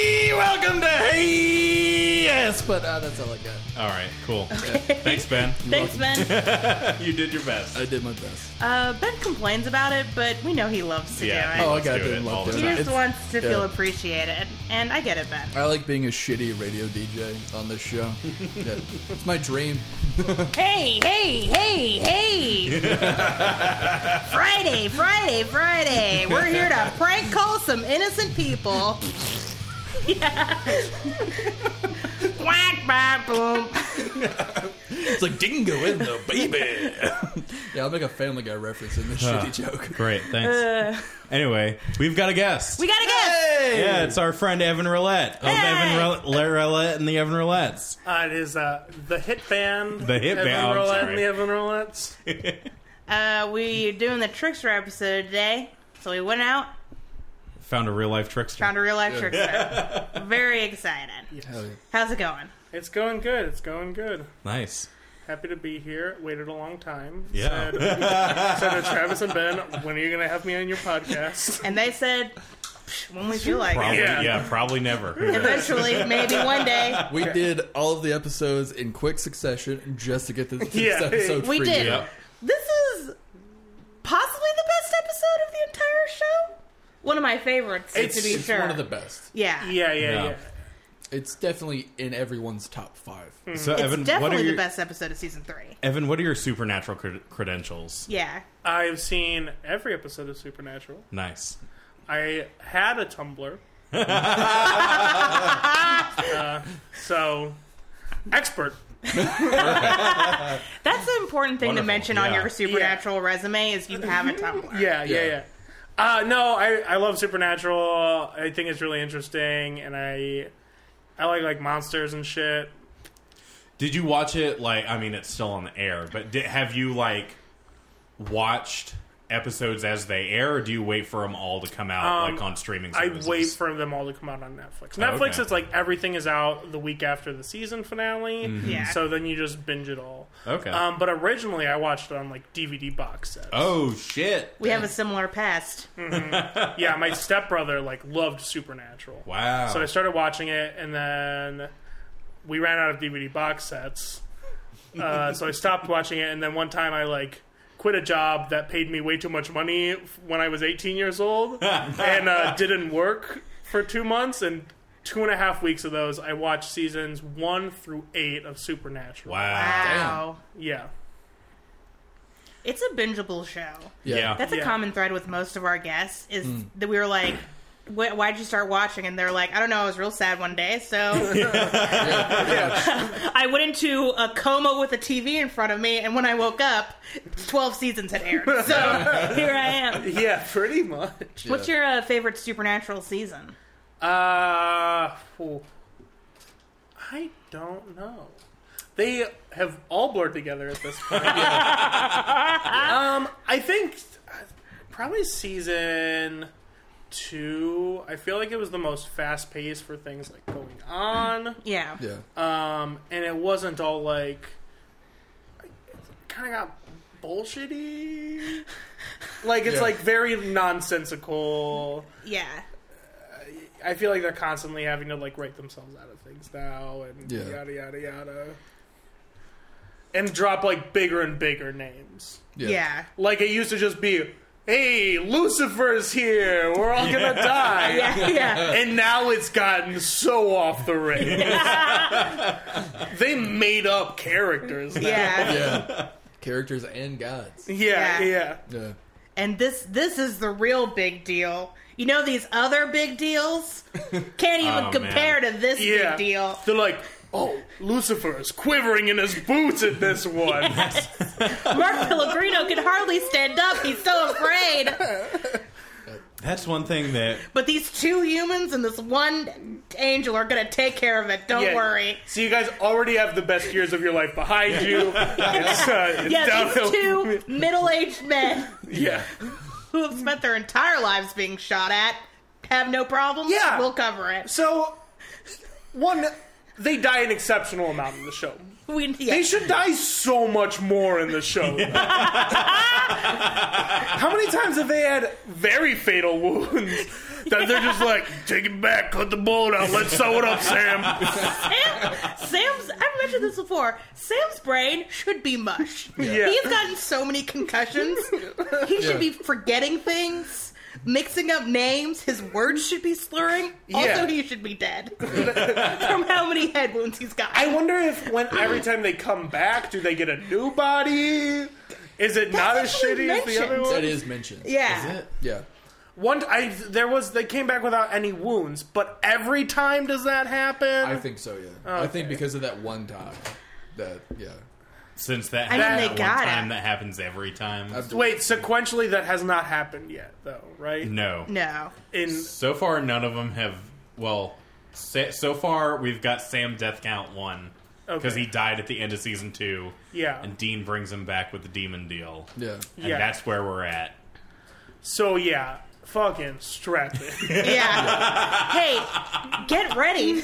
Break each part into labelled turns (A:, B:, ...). A: Welcome to Hey Yes, but uh, that's all I got.
B: All right, cool. Thanks, Ben.
C: Thanks, Ben.
B: you did your best.
A: I did my best.
C: Uh, ben complains about it, but we know he loves to
B: Yeah.
C: do it.
A: oh, I
B: let's
A: got
B: do
A: to
B: it all
A: love
B: the
C: he
A: it.
B: time.
C: just
A: It's-
C: wants to
A: yeah.
C: feel appreciated, and I get it, Ben.
A: I like being a shitty radio DJ on this show. Yeah. It's my dream.
C: Hey, hey, hey, hey! Friday, Friday, Friday. We're here to prank call some innocent people. yeah. Whack, bah, boom.
A: It's like Dingo in the baby. yeah, I'll make a Family Guy reference in this shitty joke.
B: Great, thanks. anyway, we've got a guest.
C: We got a guest.
B: yeah, it's our friend Evan Roulette of
C: Hey!
B: Evan Roulette- La- Roulette and the Evan Roulettes.
D: Uh, it is uh, the hit band,
B: The hit
D: Evan
B: band, I'm
D: Roulette
B: sorry.
D: and the Evan Roulettes.
C: Uh, we're doing the trickster episode today, so we went out,
B: Found a real life trickster.
C: found a real life trickster. Very excited.
A: Hell yeah.
C: How's it going?
D: It's going good. It's going good.
B: nice.
D: Happy to be here. Waited a long time.
B: Yeah.
D: Said, said to Travis and Ben, when are you going to have me on your podcast?
C: And they said, "Psh, when we feel like
B: Probably,
C: it.
B: yeah.
D: Yeah.
B: probably never. Who knows?
C: Eventually, maybe one day.
A: We did all of the episodes in quick succession just to get this, this
D: Yeah.
A: episode
C: We
A: for
C: did.
A: you.
B: Yep.
C: This is possibly the best episode of the entire show. One of my favorites,
D: It's-
C: to be
A: It's
C: sure.
A: one of the best.
C: yeah.
D: Yeah, yeah,
B: No.
D: yeah.
A: It's definitely in everyone's top five.
B: So,
C: It's
B: Evan, what
C: definitely
B: are your,
C: the best episode of season three.
B: Evan, what are your supernatural cred- credentials?
C: Yeah.
D: I've seen every episode of Supernatural.
B: Nice.
D: I had a Tumblr. uh, so, expert.
C: That's an important thing
B: Wonderful,
C: to mention on
B: yeah.
C: your supernatural resume is you have a Tumblr.
D: Yeah, yeah,
A: Yeah.
D: yeah. Uh, no, I, I love Supernatural. I think it's really interesting, and I I like like monsters and shit.
B: Did you watch it? Like, I mean, it's still on the air, but did, have you like watched episodes as they air, or do you wait for them all to come out
D: Um,
B: like on streaming?
D: I
B: Services?
D: wait for them all to come out on Netflix.
B: Oh, okay.
D: Netflix is like everything is out the week after the season finale,
B: Mm-hmm.
C: Yeah.
D: so then you just binge it all.
B: Okay.
D: Um, but originally, I watched it on like DVD box sets.
B: oh shit!
C: We have a similar past.
D: Yeah, my stepbrother like loved Supernatural.
B: Wow.
D: So I started watching it, and then we ran out of DVD box sets. Uh, so I stopped watching it, and then one time I like quit a job that paid me way too much money f- when I was 18 years old, and uh, didn't work for two months and. Two and a half weeks of those, I watched seasons one through eight of Supernatural.
B: wow.
C: Wow.
D: Yeah,
C: It's a bingeable show.
B: Yeah.
C: That's a
D: Yeah.
C: common thread with most of our guests is that we were like, "Wh- "Why'd you start watching?" And they're like, "I don't know. I was real sad one day, so I went into a coma with a TV in front of me, and when I woke up, twelve seasons had aired. So here I am.
D: yeah, pretty much.
C: What's your uh, favorite Supernatural season?
D: Uh, phew. I don't know. They have all blurred together at this point. Um, I think uh, probably season two. I feel like it was the most fast paced for things like going on.
C: Yeah,
A: Yeah.
D: Um, and it wasn't all like kind of got bullshitty. Like it's
A: Yeah.
D: like very nonsensical.
C: yeah.
D: I feel like they're constantly having to like write themselves out of things now and
A: Yeah.
D: yada yada yada. And drop like bigger and bigger names.
C: yeah,
D: Like it used to just be, hey, Lucifer's here, we're all gonna die.
C: yeah, yeah.
D: And now it's gotten so off the rails. they made up characters. now.
C: yeah.
A: Yeah. Characters and gods.
D: Yeah,
C: Yeah.
D: yeah.
A: Yeah.
C: And this this is the real big deal. You know these other big deals can't even
B: Oh,
C: compare to this
D: Yeah.
C: big deal.
D: They're like, oh, Lucifer is quivering in his boots at this one.
C: Mark Pellegrino can hardly stand up. He's so afraid.
B: That's one thing that
C: But these two humans and this one angel are going to take care of it. Don't
D: Yeah.
C: worry.
D: So you guys already have the best years of your life behind you. It's, uh, it's
C: Yeah,
D: downhill.
C: these two middle aged men
D: Yeah.
C: who have spent their entire lives being shot at have no problems.
D: Yeah.
C: We'll cover it.
D: So one, they die an exceptional amount in the show.
C: We,
D: They
C: yeah.
D: should die so much more in the show. How many times have they had very fatal wounds? that they're just like, take it back, cut the bullet out, let's sew it up, Sam.
C: Sam, Sam's. I've mentioned this before. Sam's brain should be mush.
D: Yeah.
C: He's gotten so many concussions. He
A: Yeah.
C: should be forgetting things, mixing up names. His words should be slurring.
D: Yeah.
C: Also, he should be dead from how many head wounds he's got.
D: I wonder if when every time they come back, do they get a new body? Is it not as
C: That's
D: shitty
C: actually
D: as the other
C: mentioned.
D: one?
A: That is mentioned.
C: yeah.
B: Is it?
A: Yeah.
D: One, I there was they came back without any wounds, but every time does that happen?
A: I think so, yeah. I think because of that one time. That, yeah.
B: Since that,
C: I mean,
B: happened
C: they
B: that one
C: gotta.
B: time, that happens every time.
A: I've-
D: Wait, sequentially that has not happened yet, though, right?
B: no,
C: No.
D: In
B: So far, none of them have. Well, sa- so far we've got Sam Death Count one because
D: Okay.
B: he died at the end of season two,
D: yeah,
B: and Dean brings him back with the demon deal,
A: Yeah.
B: and
D: Yeah.
B: that's where we're at.
D: so yeah, fucking strap it.
C: Yeah. hey, get ready.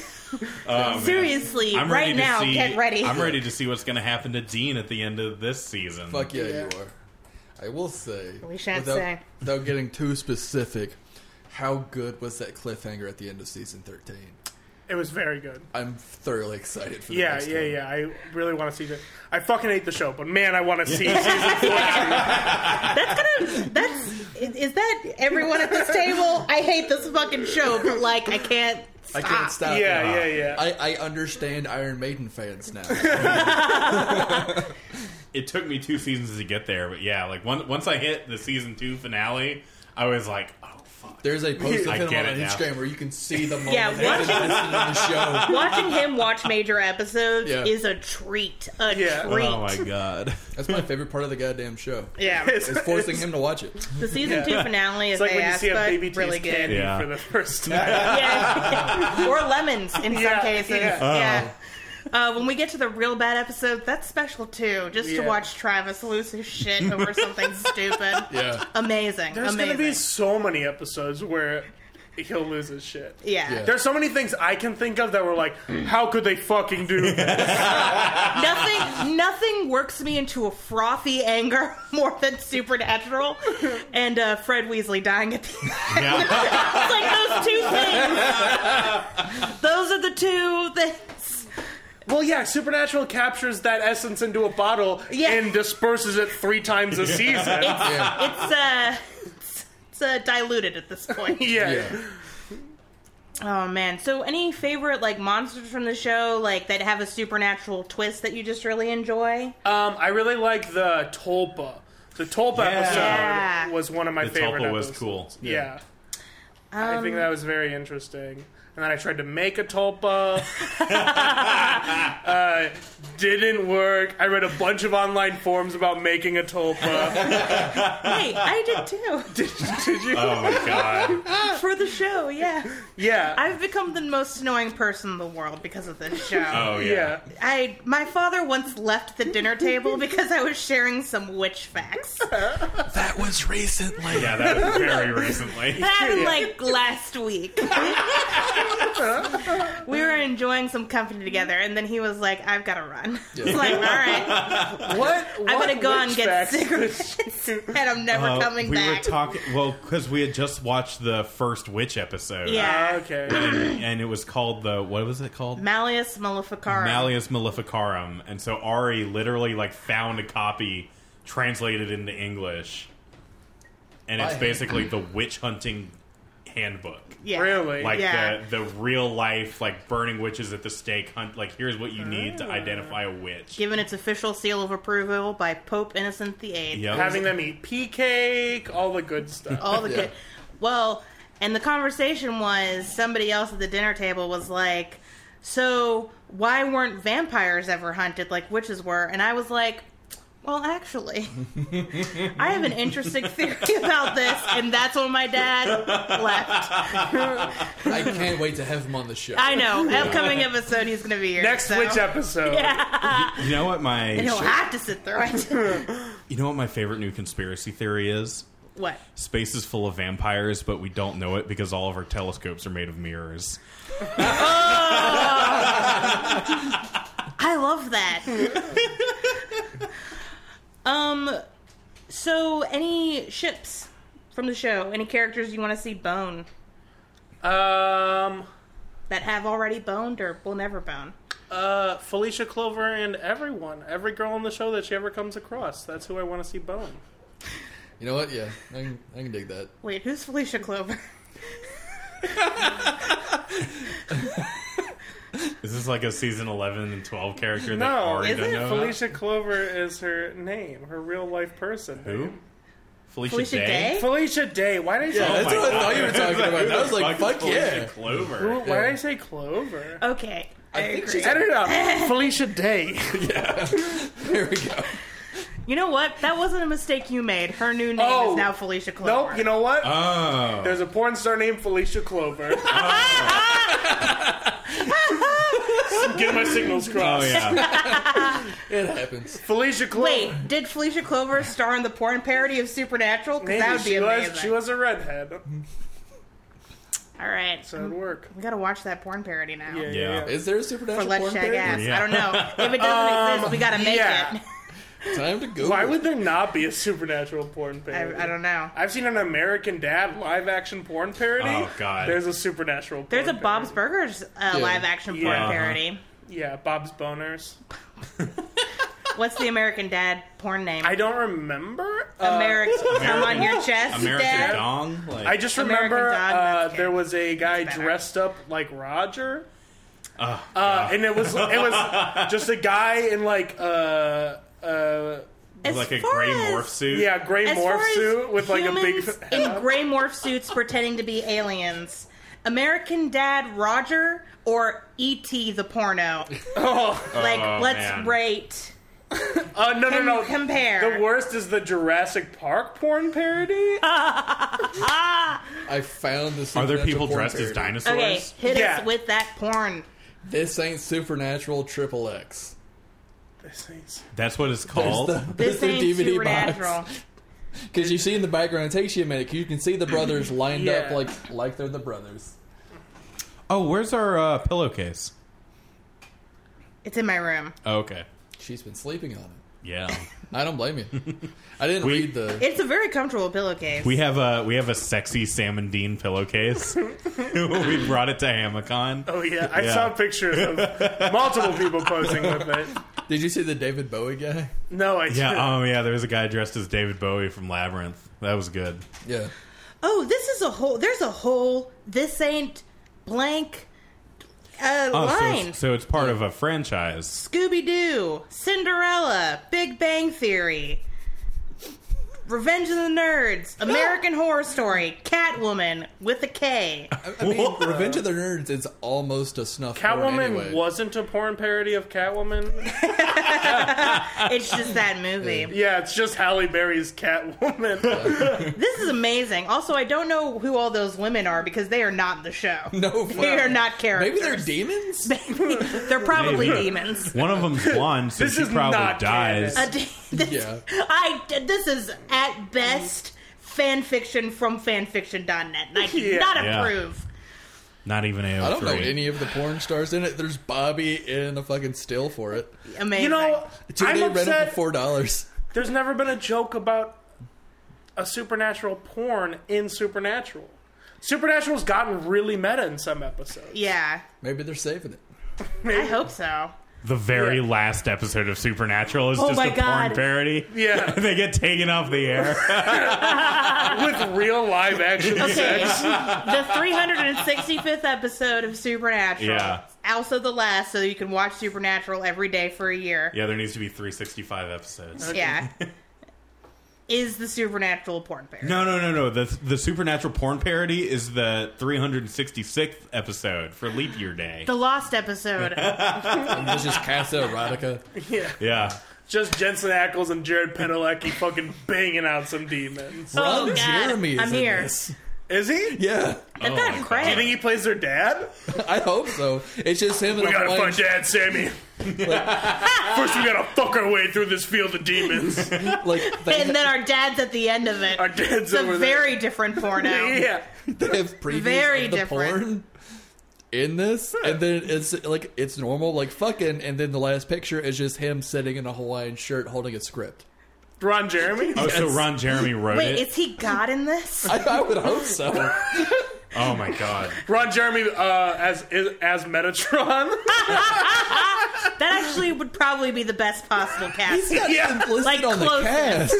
C: Seriously,
B: I'm ready
C: right
B: to
C: now,
B: see.
C: get ready.
B: I'm ready to see what's going to happen to Dean at the end of this season.
A: Fuck yeah,
D: Yeah.
A: you are. I will say.
C: We shan't
A: without,
C: say.
A: Without getting too specific, how good was that cliffhanger at the end of season 13?
D: it was very good.
A: I'm thoroughly excited for the
D: Yeah,
A: next
D: yeah,
A: one.
D: yeah. I really want to see that. I fucking hate the show, but man, I want to see season four.
C: That's gonna. That's is is that everyone at this table? I hate this fucking show, but like I can't.
A: I
C: Stop.
A: can't stop.
D: Yeah, yeah, yeah.
A: I, I understand Iron Maiden fans now.
B: It took me two seasons to get there, but yeah, like one, once I hit the season two finale, I was like, oh fuck.
A: There's a post
B: I
A: of him
B: get
A: on
B: it now.
A: Instagram where you can see the moment
C: Yeah,
A: yeah,
C: watching-
A: on the show.
C: Watching him watch major episodes
A: Yeah.
C: is a treat. A
D: Yeah.
C: treat.
B: Oh my god.
A: That's my favorite part of the goddamn show.
C: Yeah.
A: It's forcing him to watch it.
C: The season
D: Yeah.
C: two finale is
D: It's like
C: they
D: when you see a
C: ass,
D: baby
C: but
D: taste
C: really good.
D: candy
B: Yeah.
D: for the first time.
C: Yeah. or lemons in
D: Yeah,
C: some cases.
D: yeah.
C: Yeah.
B: Oh.
C: Uh, when we get to the real bad episode, that's special too. Just
D: Yeah.
C: to watch Travis lose his shit over something stupid.
A: Yeah.
C: Amazing.
D: There's
C: Amazing.
D: gonna be so many episodes where he'll lose his shit.
C: yeah.
D: There's so many things I can think of that were like, how could they fucking do that?
C: nothing nothing works me into a frothy anger more than supernatural and uh, Fred Weasley dying at the end.
B: Yeah.
C: It's like those two things. those are the two things.
D: Well, yeah, Supernatural captures that essence into a bottle
C: Yeah.
D: and disperses it three times a season. yeah.
A: Yeah.
C: It's uh it's, it's uh, diluted at this point.
A: Yeah.
C: Oh man. So any favorite like monsters from the show like that have a supernatural twist that you just really enjoy?
D: Um, I really like the Tolpa. The Tolpa episode
C: Yeah.
D: was one of my
B: The
D: favorite.
B: Tulpa was
D: episodes.
B: cool.
D: Yeah. I think
C: Um,
D: that was very interesting. And then I tried to make a tulpa. uh, didn't work. I read a bunch of online forums about making a tulpa.
C: Hey, I did too.
D: Did you?
B: Oh my god.
C: For the show, yeah.
D: yeah.
C: I've become the most annoying person in the world because of this show.
B: Oh yeah.
D: yeah.
C: I my father once left the dinner table because I was sharing some witch facts. That
A: That was recently.
B: Yeah, that was very recently.
C: happened like last week. we were enjoying some company together, and then he was like, "I've got to run." It's like, all right,
D: What?
C: I'm gonna go
D: witch
C: and get
D: facts?
C: cigarettes, and I'm never
B: Uh,
C: coming
B: we
C: back.
B: were talking well because we had just watched the first witch episode
C: yeah,
D: Okay.
B: and it was called the what was it called
C: Malleus Maleficarum.
B: malleus maleficarum and so ari literally like found a copy translated into english and it's
A: By-
B: basically the witch hunting handbook
C: yeah.
D: Really?
B: like
C: Yeah.
B: the the real life like burning witches at the stake hunt like here's what you need to identify a witch
C: Given its official seal of approval by Pope Innocent the Eighth.
B: Yep.
D: Having them eat pea cake, all the good stuff.
C: all the
A: Yeah.
C: good. Well, and the conversation was somebody else at the dinner table was like, "So why weren't vampires ever hunted like witches were?" And I was like, "Well, actually, I have an interesting theory about this, and that's when my dad left.
A: I can't wait to have him on the show.
C: I know. Upcoming episode, he's going to be here.
D: Next
C: so.
D: witch episode.
B: you know what my
C: And he'll have to sit through it.
B: you know what my favorite new conspiracy theory is
C: what?
B: space is full of vampires, but we don't know it because all of our telescopes are made of mirrors.
C: I love that. um, so any ships from the show? Any characters you want to see bone?
D: Um,
C: that have already boned or will never bone.
D: uh, Felicia Clover and everyone, every girl on the show that she ever comes across. That's who I want to see bone.
A: You know what? Yeah, I can, I can dig that.
C: Wait, who's Felicia Clover?
B: Is this like a season eleven and twelve character that
D: No,
B: Ari
C: is
B: doesn't
C: it
B: know? about?
D: Felicia Clover is her name, her real life person.
B: Who?
D: name.
B: Felicia,
C: Felicia
B: Day.
C: Day?
D: Felicia Day. Why did I say?
A: Yeah, that's
B: Oh my
A: what I
B: God.
A: thought you were talking
B: Who
A: about.
B: the
A: I was
B: fuck
A: like,
B: is
A: fuck
B: Felicia
A: yeah.
B: Clover.
D: Who- Why
A: Yeah.
D: did I say Clover?
C: Okay, I,
A: I think
C: agree.
A: she's-
D: I don't know. Felicia Day.
A: There we go.
C: You know what? That wasn't a mistake you made. Her new name
D: Oh.
C: is now Felicia Clover.
D: nope. You know what?
B: Oh,
D: There's a porn star named Felicia Clover.
C: Ah,
D: Get my signals
B: oh
D: crossed.
B: yeah.
A: It happens.
D: Felicia Clover.
C: Wait, did Felicia Clover star in the porn parody of Supernatural? Because
D: Maybe
C: that would be
D: she
C: amazing.
D: was she was a redhead,
C: All right,
D: so it'd work.
C: we gotta watch that porn parody now.
D: Yeah, yeah.
B: Yeah.
D: yeah.
A: Is there a
C: Or
A: supernatural
C: let's
A: porn
C: check
A: parody?
C: ass.
B: Yeah.
C: I don't know. If it doesn't exist, we gotta make
D: Um, yeah.
C: it.
A: Time to go.
D: Why would there not be a supernatural porn parody?
C: I, I don't know.
D: I've seen an American Dad live action porn parody.
B: Oh, God.
D: There's a supernatural. Porn
C: There's a
D: parody.
C: Bob's Burgers uh, live action porn
D: Yeah.
C: parody.
D: Yeah, Bob's Boners.
C: What's the American Dad porn name?
D: I don't remember. Uh,
C: American, come on your chest,
B: American
C: Dad.
B: Dong. Like,
D: I just
C: American
D: remember
C: Dad,
D: uh,
C: that's good.
D: there was a guy
C: better.
D: dressed up like Roger.
B: Oh,
D: Uh, and it was it was just a guy in like uh uh
C: As
B: like a
C: far
B: gray
C: as-
B: morph suit.
D: yeah gray
C: As far
D: morph
C: as
D: suit with like a big
C: humans in gray morph suits pretending to be aliens. American Dad Roger or E.T. the porno.
D: oh
C: Like,
B: Oh,
C: let's
B: man.
C: rate
D: uh, no no
C: and
D: no
C: compare.
D: the worst is the Jurassic Park porn parody
C: Ah.
A: I found the
B: Are
A: supernatural
B: there people
A: porn
B: dressed as
A: parody.
B: dinosaurs?
C: okay, hit
D: Yeah.
C: us with that porn.
A: This ain't supernatural triple X.
D: This thing's-
B: That's what it's
A: There's
B: called.
A: the, there's
C: This
A: the
C: ain't
A: DVD
C: supernatural.
A: box. Because you see in the background, it takes you a minute. 'cause You can see the brothers lined up
D: Yeah.
A: like like they're the brothers.
B: Oh, where's our uh, pillowcase?
C: It's in my room.
B: Oh, okay.
A: She's been sleeping on it.
B: Yeah.
A: I don't blame you. I didn't
B: We-
A: read the.
C: It's a very comfortable pillowcase.
B: We have a we have a sexy salmon dean pillowcase. we brought it to Hamacon.
D: oh yeah I
B: Yeah.
D: saw pictures of multiple people posing with it
A: Did you see the David Bowie guy?
D: no I didn't.
B: Yeah, oh yeah, there was a guy dressed as David Bowie from Labyrinth. That was good.
A: Yeah.
C: Oh, this is a whole. There's a whole. This ain't blank. Uh,
B: Oh, so
C: line.
B: it's, so it's part of a franchise.
C: Scooby Doo, Cinderella, Big Bang Theory, Revenge of the Nerds, American Horror Story, Catwoman with a K.
A: I, I mean, Revenge of the Nerds is almost a snuff. porn
D: Catwoman
A: anyway.
D: wasn't a porn parody of Catwoman
C: It's just that movie.
D: yeah it's just Halle Berry's Catwoman
C: This is amazing. Also, I don't know who all those women are because they are not in the show.
A: No,
C: They are not
A: Maybe
C: characters.
A: they're demons.
C: they're probably
B: Maybe.
C: demons.
B: One of them's blonde, so
D: This
B: she
D: is
B: probably
D: not
B: dies.
C: A de- this,
A: Yeah.
C: I this is at best fan fiction from fanfiction.net, and I do
D: Yeah.
C: not
B: Yeah.
C: approve.
B: Not even AO3.
A: I don't know any of the porn stars in it. There's Bobby in a fucking still for it.
C: Amazing.
D: you know
A: Dude,
D: I'm
A: they rent them
D: upset
A: for four dollars.
D: There's never been a joke about a supernatural porn in Supernatural. Supernatural's gotten really meta in some episodes.
C: yeah,
A: Maybe they're saving it.
C: I hope so.
B: The very
D: Yeah.
B: last episode of Supernatural is
C: Oh
B: just
C: my
B: a porn
C: God.
B: parody.
D: Yeah.
B: they get taken off the air.
D: With real live action
C: Okay.
D: sex.
C: the 365th episode of Supernatural.
B: Yeah.
C: Also the last, so you can watch Supernatural every day for a year.
B: yeah, there needs to be 365 episodes.
C: Yeah. Is the Supernatural porn parody.
B: No, no, no, no. The the supernatural porn parody is the 366th episode for Leap Year Day.
C: The lost episode.
A: It's just Casa Erotica.
B: yeah.
D: Just Jensen Ackles and Jared Padalecki fucking banging out some demons.
C: Oh,
A: Ron
C: God.
A: Jeremy is
C: I'm
A: in
C: here.
A: this. Oh,
D: Is he? Do
A: Yeah,
B: my
C: They've got
B: God.
D: you think
C: credit.
D: he plays their dad?
A: I hope so. It's just him and
D: We
A: a
D: gotta
A: flying
D: find Dad, Sammy. First, we gotta fuck our way through this field of demons.
A: like they,
C: And then our dad's at the end of it.
D: Our dad's
C: it's a
D: over there.
C: very different porno.
D: Yeah.
A: they have previews
C: Very
A: of the
C: different.
A: porn in this, and then it's like it's normal, like fucking, and then the last picture is just him sitting in a Hawaiian shirt holding a script.
D: Ron
C: Oh.
D: Jeremy?
B: Oh, so Ron Jeremy wrote
C: Wait,
B: it.
C: is he God in this?
A: I, I would hope so.
B: Oh my god.
D: Ron Jeremy uh, as is- as Metatron.
C: That actually would probably be the best possible cast.
A: He's not
D: Yeah,
A: even listed
C: like
A: on the
C: close
A: cast.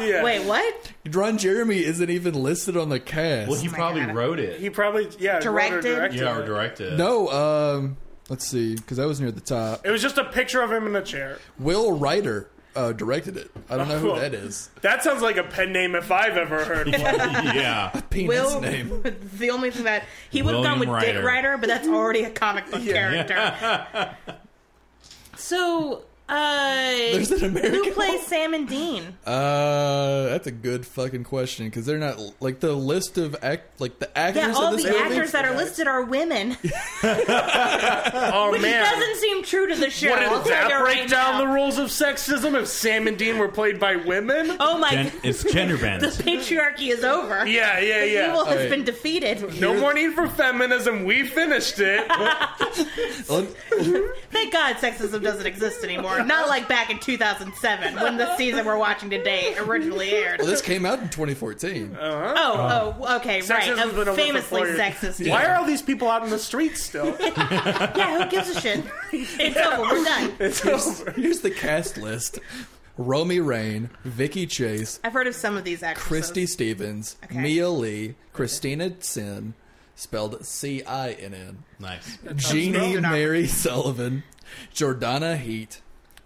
D: yeah.
C: Wait, what?
A: Ron Jeremy isn't even listed on the cast.
B: Well, he
C: Oh my
B: probably
C: God.
B: wrote it.
D: He probably yeah wrote or
C: Directed?
D: directed.
B: yeah, or directed. it.
A: no, um, let's see, because that was near the top.
D: It was just a picture of him in a chair.
A: Will Ryder uh, directed it. I don't know who that is.
D: That sounds like a pen name if I've ever heard. one.
B: yeah.
A: Penis
C: Will
A: name.
C: the only thing that he would have
B: William
C: gone with
B: Ryder.
C: Dick Ryder, but that's already a comic book character. so uh
A: There's an American
C: who plays
A: one?
C: Sam and Dean?
A: Uh, that's a good fucking question because they're not like the list of act like the actors.
C: yeah, all
A: in this
C: the
A: movie,
C: actors that are listed are women.
D: Oh
C: Which
D: man.
C: doesn't seem true to the show.
D: What
C: I'll
D: did
C: tell
D: that
C: you
D: break
C: right
D: down
C: now.
D: the rules of sexism if Sam and Dean were played by women?
C: Oh my
B: Gen-
C: god,
B: it's gender
C: the
B: bent.
C: patriarchy is over.
D: Yeah, yeah,
C: The
D: yeah.
C: Evil has
A: Alright.
C: been defeated.
D: No more need for feminism. We finished it.
C: Thank God sexism doesn't exist anymore. Not like back in 2007 when the season we're watching today originally aired.
A: Well, this came out in 2014. uh,
C: Oh, oh, okay, right.
D: Sexism's been
C: A
D: over for
C: famously
D: four years.
C: sexist.
D: Why are all these people out in the streets still?
C: Yeah, who gives a shit? It's over. We're done.
D: It's over.
A: Here's the cast list: Romy Rain, Vicky Chase,
C: I've heard of some of these actresses.
A: Christy Stevens,
C: Okay.
A: Mia Lee, Christina Sin, spelled C I N
D: Oh,
A: N,
B: Nice.
A: Jeannie
C: wrong.
A: Mary Sullivan, Jordana Heat,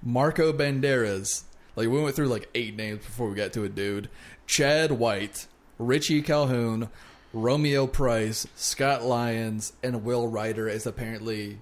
A: Marco Banderas. Like we went through like eight names before we got to a dude. Chad White, Richie Calhoun, Romeo Price, Scott Lyons, and Will Ryder is apparently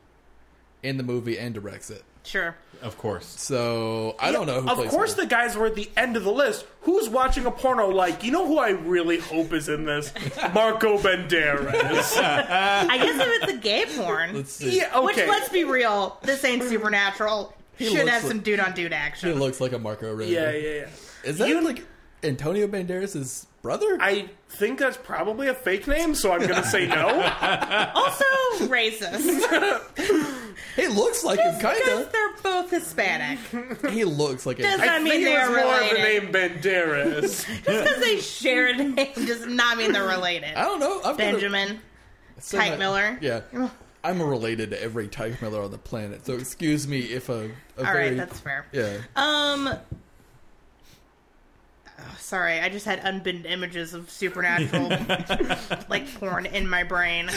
A: in the movie and directs it.
C: Sure.
B: Of course.
A: So I don't know who
D: Of
A: plays
D: course,
A: her.
D: the guys were at the end of the list. Who's watching a porno? Like, you know who I really hope is in this? Marco Banderas.
C: I guess if it's a gay porn,
A: Let's see.
D: yeah,
C: which
D: okay.
C: let's be real, this ain't supernatural. Should
A: looks
C: have
A: like-
C: some dude on dude
A: He
C: action.
A: looks like a Marco Rubio.
D: yeah, yeah, yeah.
A: Is that like Antonio Banderas' brother?
D: I think that's probably a fake name, so I'm gonna say no.
C: also racist
A: he looks like him,
C: because
A: kinda.
C: they're both Hispanic.
A: he looks like
C: Does
A: him.
C: not mean
D: think it
C: they're
D: was more of the
C: related.
D: name Banderas.
C: Just because they share a name does not mean they're related.
A: I don't know. I've got a-
C: Benjamin.
A: so
C: Tyke
A: much-
C: Miller.
A: Yeah. I'm related to every Tyke Miller on the planet, so excuse me if a, a
C: All
A: very
C: right, that's fair.
A: yeah.
C: Um. oh, sorry, I just had unbent images of supernatural, like porn, in my brain.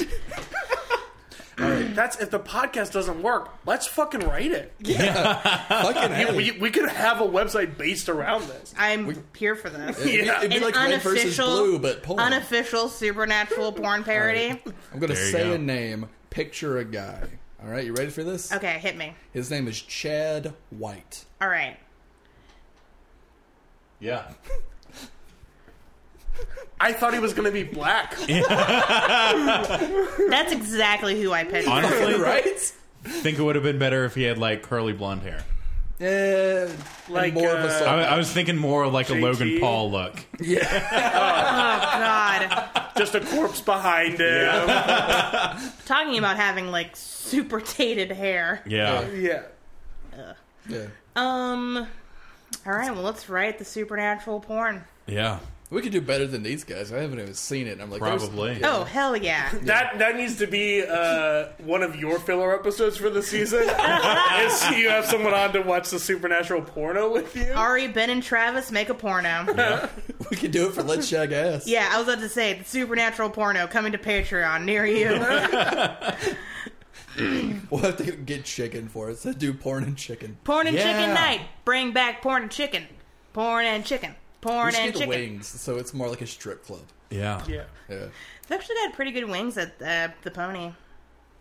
D: That's if the podcast doesn't work, let's fucking write it.
A: Fucking hell.
D: We, we could have a website based around this.
C: I'm here for this.
A: It'd be,
D: yeah.
A: it'd be
C: An
A: like Red versus
C: unofficial-
A: Blue, but porn.
C: Unofficial supernatural porn parody.
A: I'm gonna
B: There you
A: say
B: go.
A: a name, picture a guy. All right, you ready for this?
C: Okay, hit me.
A: His name is Chad White.
C: All right.
B: Yeah.
D: I thought he was gonna be black.
C: That's exactly who I picked.
B: Honestly,
A: right?
B: think it would have been better if he had like curly blonde hair.
A: Yeah, like
D: Like,
A: more of a
D: uh,
A: soul.
B: I, I was thinking more like a
D: JT?
B: Logan Paul look.
C: God.
D: Just a corpse behind him.
C: Talking about having, like, super tated hair.
B: Yeah.
D: Yeah.
A: yeah.
C: Um. All right, well, let's write the supernatural porn.
B: Yeah.
A: We could do better than these guys. I haven't even seen it. and I'm like, there's-
B: Probably.
C: Oh, hell yeah.
D: That that needs to be uh, one of your filler episodes for the season. is you have someone on to watch the supernatural porno with you?
C: Ari, Ben, and Travis make a porno.
A: we could do it for Let's Shag Ass.
C: Yeah, I was about to say the supernatural porno coming to Patreon near you.
A: We'll have to get chicken for it. So do porn and chicken.
C: porn and
B: Yeah.
C: chicken night. Bring back porn and chicken. Porn and chicken.
A: We
C: Porn
A: should
C: and
A: get
C: chicken.
A: wings, so it's more like a strip club.
B: Yeah.
D: Yeah.
A: Yeah.
C: They've actually got pretty good wings at uh, the Pony.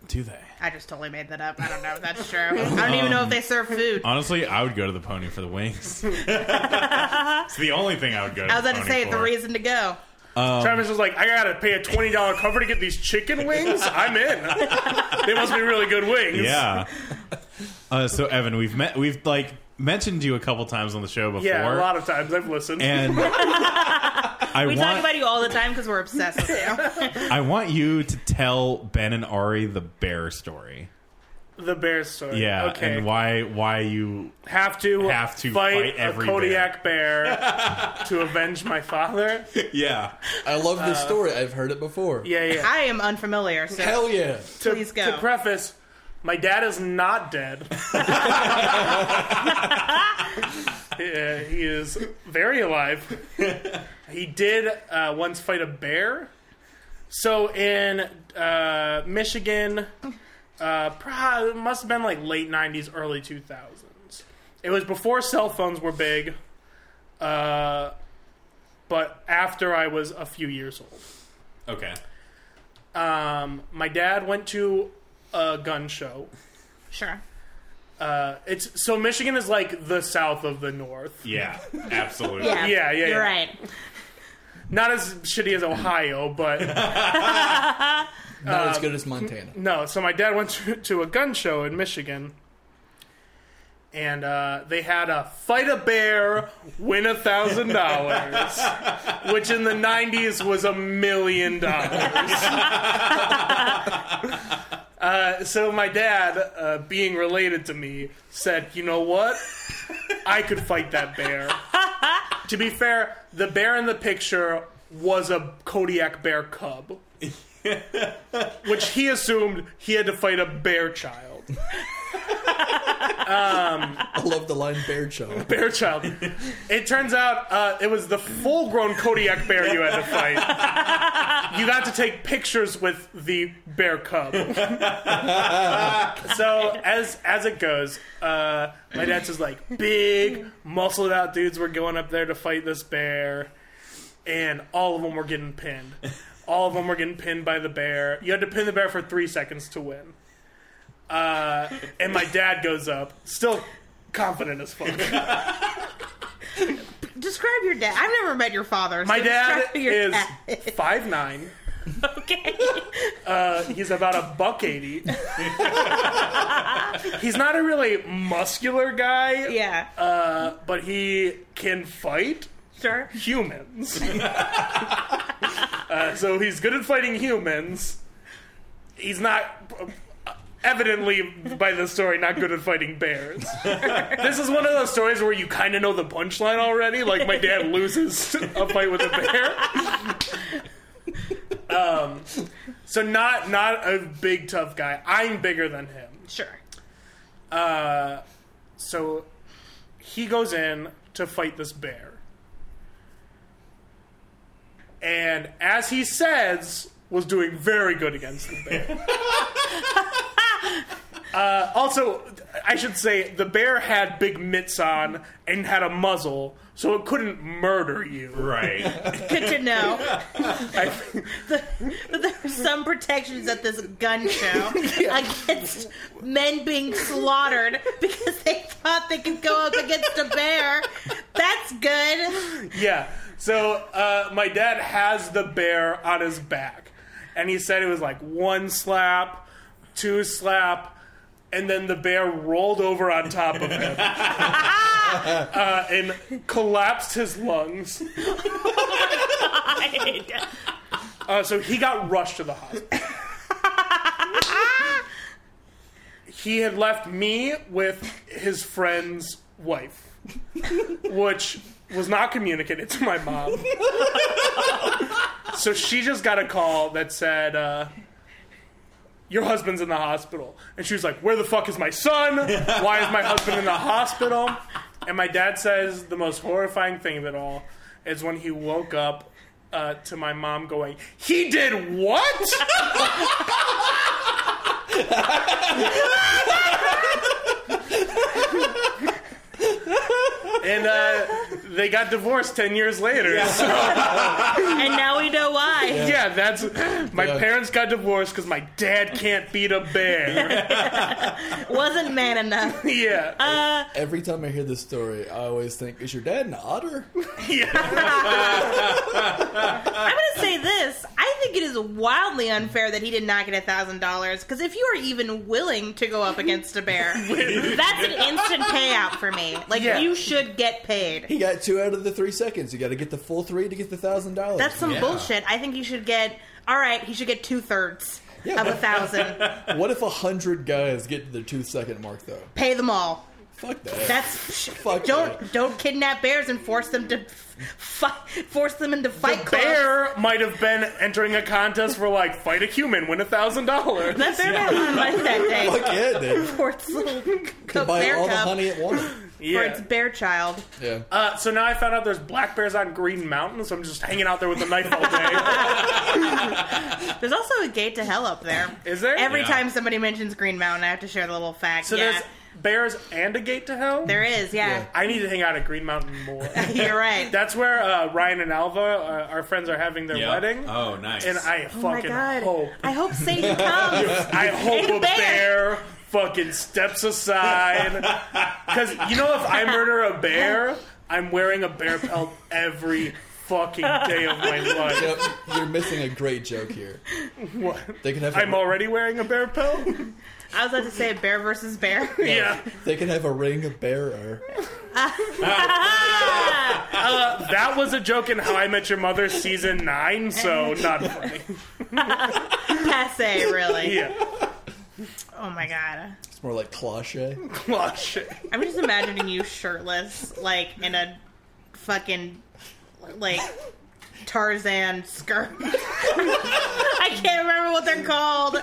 B: Do they?
C: I just totally made that up. I don't know if that's true. I don't even know if they serve food.
D: Um,
B: Honestly, I would go to the pony for the wings. it's the only thing I would go to
C: I was
B: the
C: about to
B: pony
C: say it's
B: for.
C: the reason to go.
D: Um, Travis was like, I gotta pay a twenty dollar cover to get these chicken wings. I'm in. they must be really good wings.
B: Yeah. Uh, so Evan, we've met we've like mentioned you a couple times on the show before.
D: Yeah, a lot of times I've listened.
B: and I
C: We talk
B: want
C: about you all the time because we're obsessed with you.
B: I want you to tell Ben and Ari the bear story.
D: the bear story.
B: Yeah,
D: okay.
B: and why why you
D: have to
B: have to fight
D: a
B: every
D: Kodiak bear, to avenge my father.
B: yeah
A: I love this story. I've heard it before.
D: Yeah, yeah.
C: I am unfamiliar, so
A: Hell yeah.
D: to,
C: please go.
D: to preface, my dad is not dead. Yeah, he is very alive. he did uh, once fight a bear. So in uh, Michigan, uh, probably, must have been like late 90s, early 2000s. It was before cell phones were big, uh, but after I was a few years old.
B: okay
D: Um, my dad went to a gun show.
C: sure.
D: Uh, it's so Michigan is like the south of the north.
B: yeah absolutely
C: Yeah,
D: Yeah, yeah,
C: You're
D: yeah.
C: right.
D: Not as shitty as Ohio, but
A: Not as good as Montana.
D: no. So my dad went to, to a gun show in Michigan, and uh, they had a fight a bear, win a thousand dollars, which in the '90s was a million dollars. Uh, so my dad, uh, being related to me, said, "You know what? I could fight that bear." to be fair, the bear in the picture was a Kodiak bear cub, which he assumed he had to fight a bear child.
A: I love the line bear show.
D: Bear child. It turns out uh, it was the full-grown Kodiak bear you had to fight. You got to take pictures with the bear cub. so as as it goes, uh, my dad's just like big, muscled out dudes were going up there to fight this bear, and all of them were getting pinned. All of them were getting pinned by the bear. You had to pin the bear for three seconds to win. Uh, and my dad goes up, still confident as fuck.
C: Describe your dad. I've never met your father. So
D: My dad
C: describe your
D: is
C: dad.
D: five nine.
C: okay.
D: He's about a buck eighty. He's not a really muscular guy,
C: Yeah.
D: uh, but he can fight
C: sure.
D: humans. Uh, so he's good at fighting humans. He's not. uh, Evidently, by this story, not good at fighting bears. this is one of those stories where you kind of know the punchline already. Like my dad loses a fight with a bear. Um, So not not a big tough guy. I'm bigger than him.
C: Sure.
D: Uh, so he goes in to fight this bear. And as he says, was doing very good against the bear. uh, also, I should say the bear had big mitts on and had a muzzle, so it couldn't murder you.
B: right
C: Good to know.
D: I,
C: But there are some protections at this gun show against men being slaughtered because they thought they could go up against a bear. That's good.
D: Yeah. So uh, my dad has the bear on his back, and he said it was like one slap, two slap, and then the bear rolled over on top of him uh, and collapsed his lungs. Uh, so he got rushed to the hospital. he had left me with his friend's wife, which was not communicated to my mom. so she just got a call that said, uh, Your husband's in the hospital. And she was like, Where the fuck is my son? Why is my husband in the hospital? And my dad says the most horrifying thing of it all is when he woke up uh, to my mom going, He did what? and uh, they got divorced 10 years later. So,
C: And now we know why.
D: yeah, that's. My
A: Yeah.
D: parents got divorced because my dad can't beat a bear.
C: Wasn't man enough.
D: yeah.
A: Every time I hear this story, I always think, is your dad an otter?
C: I'm going to say this. I think it is wildly unfair that he did not get a $1,000 because if you are even willing to go up against a bear, that's an instant payout for me. Like,
D: Yeah.
C: you should get paid.
A: He got two out of the three seconds. You got to get the full three to get the thousand dollars.
C: That's some bullshit. I think he should get. All right, he should get two thirds. of a thousand.
A: What if a hundred guys get to their two second mark though?
C: Pay them all.
A: Fuck that.
C: That's
A: Fuck
C: don't
A: that.
C: don't kidnap bears and force them to fight, force them into fight
D: The
C: clubs.
D: bear might have been entering a contest for like fight a human, win a thousand dollars.
C: That bear had a lot of money that day.
A: Fuck yeah, dude.
C: For its little
A: To
C: cub-
A: buy
C: bear
A: all the
C: cub,
A: honey it wants.
C: for its bear child.
A: Yeah.
D: Uh, so now I found out there's black bears on Green Mountain, so I'm just hanging out there with a knife all day.
C: There's also a gate to hell up there.
D: Is there?
C: Every
B: Yeah.
C: time somebody mentions Green Mountain, I have to share the little fact.
D: so
C: yeah,
D: there's bears and a gate to hell.
C: there is. Yeah,
D: I need to hang out at Green Mountain more.
C: you're right.
D: That's where uh, Ryan and Alva, uh, our friends, are having their
B: Yeah.
D: wedding.
B: Oh, nice.
D: And I
C: oh my
D: fucking
C: god!
D: hope.
C: I hope Satan comes.
D: I hope
C: And
D: a
C: bear.
D: bear fucking steps aside. Because you know, if I murder a bear, I'm wearing a bear pelt every fucking day of my life.
A: Yep, you're missing a great joke here.
D: What?
A: They can have. a-
D: I'm already wearing a bear pelt?
C: I was about to say bear versus bear.
D: Yeah.
A: They can have a ring of bearer.
C: Ah!
D: That was a joke in How I Met Your Mother season nine, so not funny.
C: Passe, really.
D: Yeah.
C: Oh my god!
A: It's more like cloche.
D: Well, shit.
C: I'm just imagining you shirtless, like in a fucking like Tarzan skirt. I can't remember what they're called.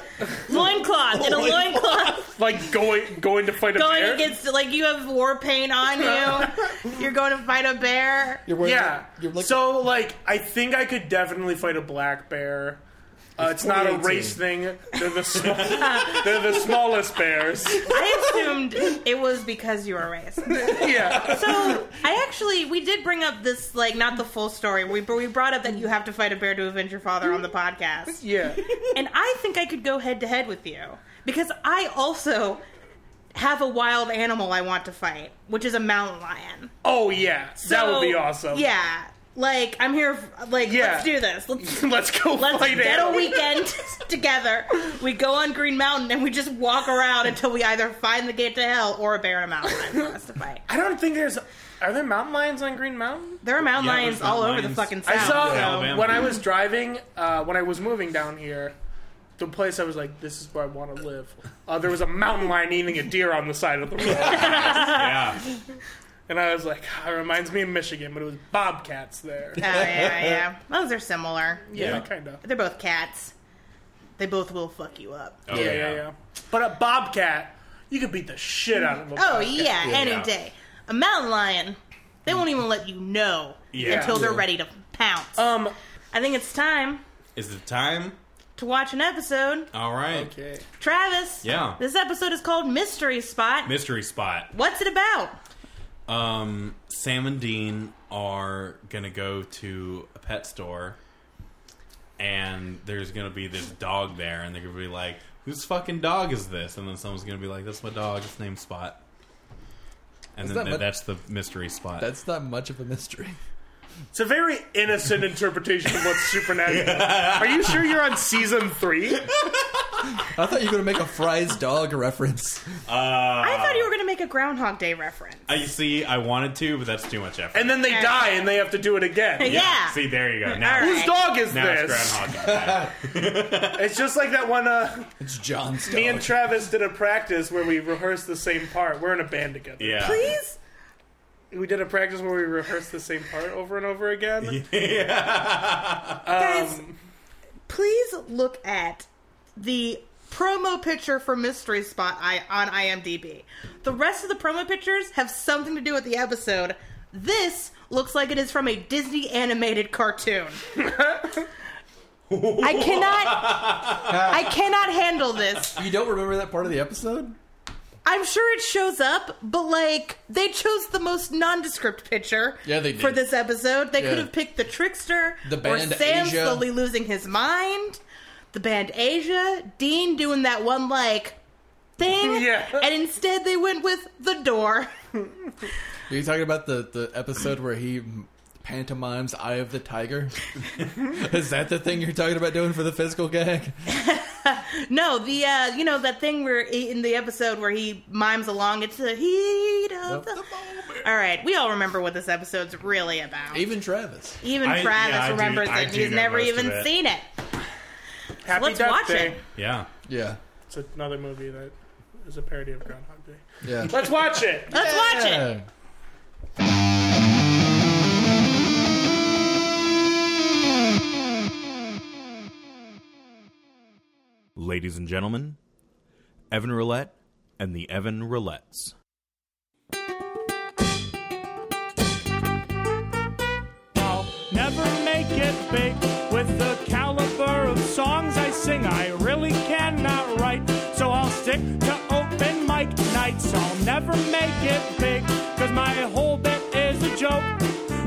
C: Loincloth in a loincloth
D: Like going going to fight a
C: going
D: bear.
C: against like you have war paint on you. You're going to fight a bear.
A: You're wearing.
D: yeah.
A: You're like,
D: so like I think I could definitely fight a black bear. Uh, it's not a
A: 2018.
D: race thing. They're the small, they're the smallest bears.
C: I assumed it was because you were racist.
D: Yeah.
C: So I actually we did bring up this like not the full story. We we brought up that you have to fight a bear to avenge your father on the podcast.
D: Yeah.
C: And I think I could go head to head with you because I also have a wild animal I want to fight, which is a mountain lion.
D: Oh yeah. that would be
C: So,
D: awesome.
C: Yeah, like I'm here. f- Like
D: Yeah.
C: let's do this. Let's
D: Let's go
C: let's
D: fight
C: get
D: animals.
C: a weekend together. We go on Green Mountain and we just walk around until we either find the gate to hell or a bear and a mountain lion for us to fight.
D: I don't think there's. Are there mountain lions on Green Mountain?
C: There are mountain
B: Yeah, there's
C: lions all
B: mountain
C: over the
B: lions.
C: fucking south.
D: I saw
B: Yeah.
D: uh,
B: Alabama.
D: when I was driving, uh, when I was moving down here, the place I was like, "This is where I want to live." Uh, there was a mountain lion eating a deer on the side of the road,
B: yeah.
D: and I was like, "Ah, "It reminds me of Michigan, but it was bobcats there."
C: Oh, yeah, yeah. Those are similar.
D: Yeah,
B: Yeah.
D: kind of.
C: They're both cats. They both will fuck you up.
B: Oh,
D: yeah, yeah, yeah. But a bobcat, you could beat the shit out of a
C: Oh
D: bobcat.
C: yeah, any
B: Yeah.
C: day. A mountain lion, they won't even let you know
B: Yeah.
C: until they're
A: Yeah.
C: ready to pounce.
D: Um.
C: I think it's time
B: Is it time?
C: to watch an episode.
B: All right.
D: Okay.
C: Travis,
B: Yeah.
C: this episode is called Mystery Spot.
B: Mystery spot.
C: What's it about?
B: Um, Sam and Dean are gonna go to a pet store, and there's gonna be this dog there, and they're gonna be like, "Whose fucking dog is this?" And then someone's gonna be like, "That's my dog. It's named Spot." And
A: Is
B: then
A: that my-
B: that's the mystery spot.
A: that's not much of a mystery.
D: It's a very innocent interpretation of what's supernatural. Are you sure you're on season three?
A: I thought you were gonna make a fries dog reference.
C: I
B: Uh,
C: thought you were going to make a Groundhog Day reference.
B: I see. I wanted to, but that's too much effort.
D: And then they
C: Okay.
D: die, and they have to do it again.
C: yeah.
B: See, there you go. Now,
C: All
D: Whose
C: right.
D: dog is
B: now
D: this?
B: it's Groundhog. Day.
D: It's just like that one. Uh,
A: It's John's dog.
D: me
C: Oh.
D: and Travis did a practice where we rehearsed the same part. We're in a band together.
B: yeah.
C: Please?
D: We did a practice where we rehearsed the same part over and over again.
C: Guys, please look at the promo picture for Mystery Spot I- on IMDb. The rest of the promo pictures have something to do with the episode. This looks like it is from a Disney animated cartoon. I cannot I cannot handle this.
A: You don't remember that part of the episode?
C: I'm sure it shows up, but like they chose the most nondescript picture
A: Yeah, they did.
C: for this episode. They
A: Yeah.
C: could have picked the trickster,
A: The band
C: or Sam
A: Asia.
C: slowly losing his mind, the band Asia, Dean doing that one like thing,
D: Yeah.
C: and instead they went with the door.
A: Are you talking about the, the episode where he pantomimes Eye of the Tiger? Is that the thing you're talking about doing for the physical gag?
C: No, the uh, you know that thing where he, in the episode where he mimes along. It's the heat of the. All right, we all remember what this episode's really about.
A: Even Travis.
C: Even
B: I-
C: Travis
B: yeah, I do-
C: remembers
B: I
C: it.
B: do
C: He's
B: know
C: never
B: most of
C: even
B: it.
C: seen it.
E: Happy
C: let's
E: Death
C: watch
E: Day.
C: it.
B: Yeah.
A: Yeah.
E: It's another movie that is a parody of Groundhog Day.
A: Yeah.
E: Let's watch it.
C: Let's watch it.
A: Yeah.
F: Ladies and gentlemen, Evan Roulette and the Evan Roulettes.
D: I'll never make it big with the caliber of songs I sing. I really cannot write, so I'll stick to open mic nights. I'll never make it big, cause my whole bit is a joke.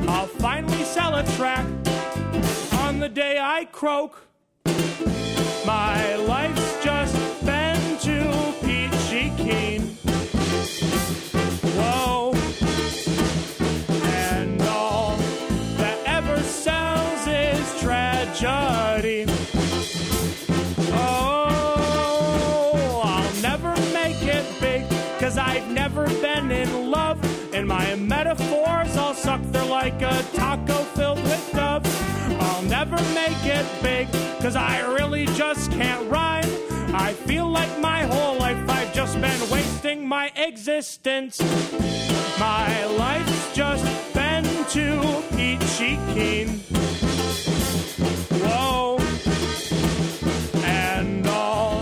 D: I'll finally sell a track on the day I croak. My life's just been too peachy keen. Whoa and all that ever sells is tragedy. Oh, I'll never make it big, cause I've never been in love. And my metaphors all suck, they're like a taco filled with doves. I'll never make it big, cause I really just can't rhyme. I feel like my whole life I've just been wasting my existence. My life's just been too peachy keen. Whoa. And all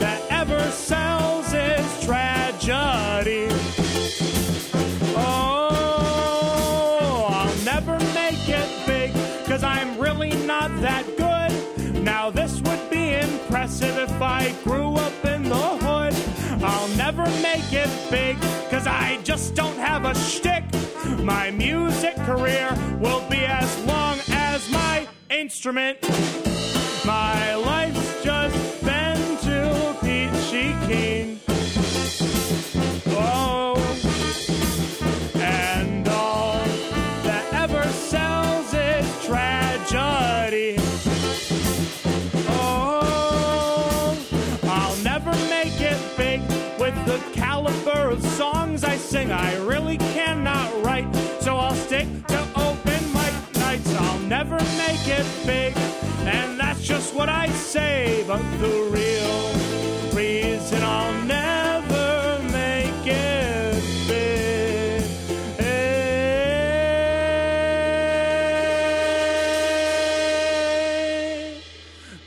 D: that ever sells is tragedy. Oh, I'll never make it big, cause I'm really not that good. Now, this would be impressive if I grew up in the hood. I'll never make it big, cause I just don't have a shtick. My music career will be as long as my instrument. My life's just been too peachy keen. Oh and all that ever sells is tragedy. Oh, I'll never make it big with the caliber of songs I sing. I really cannot write, so I'll stick to open mic nights. I'll never make it big, and that's just what I say. But the real reason I'll never make it big is.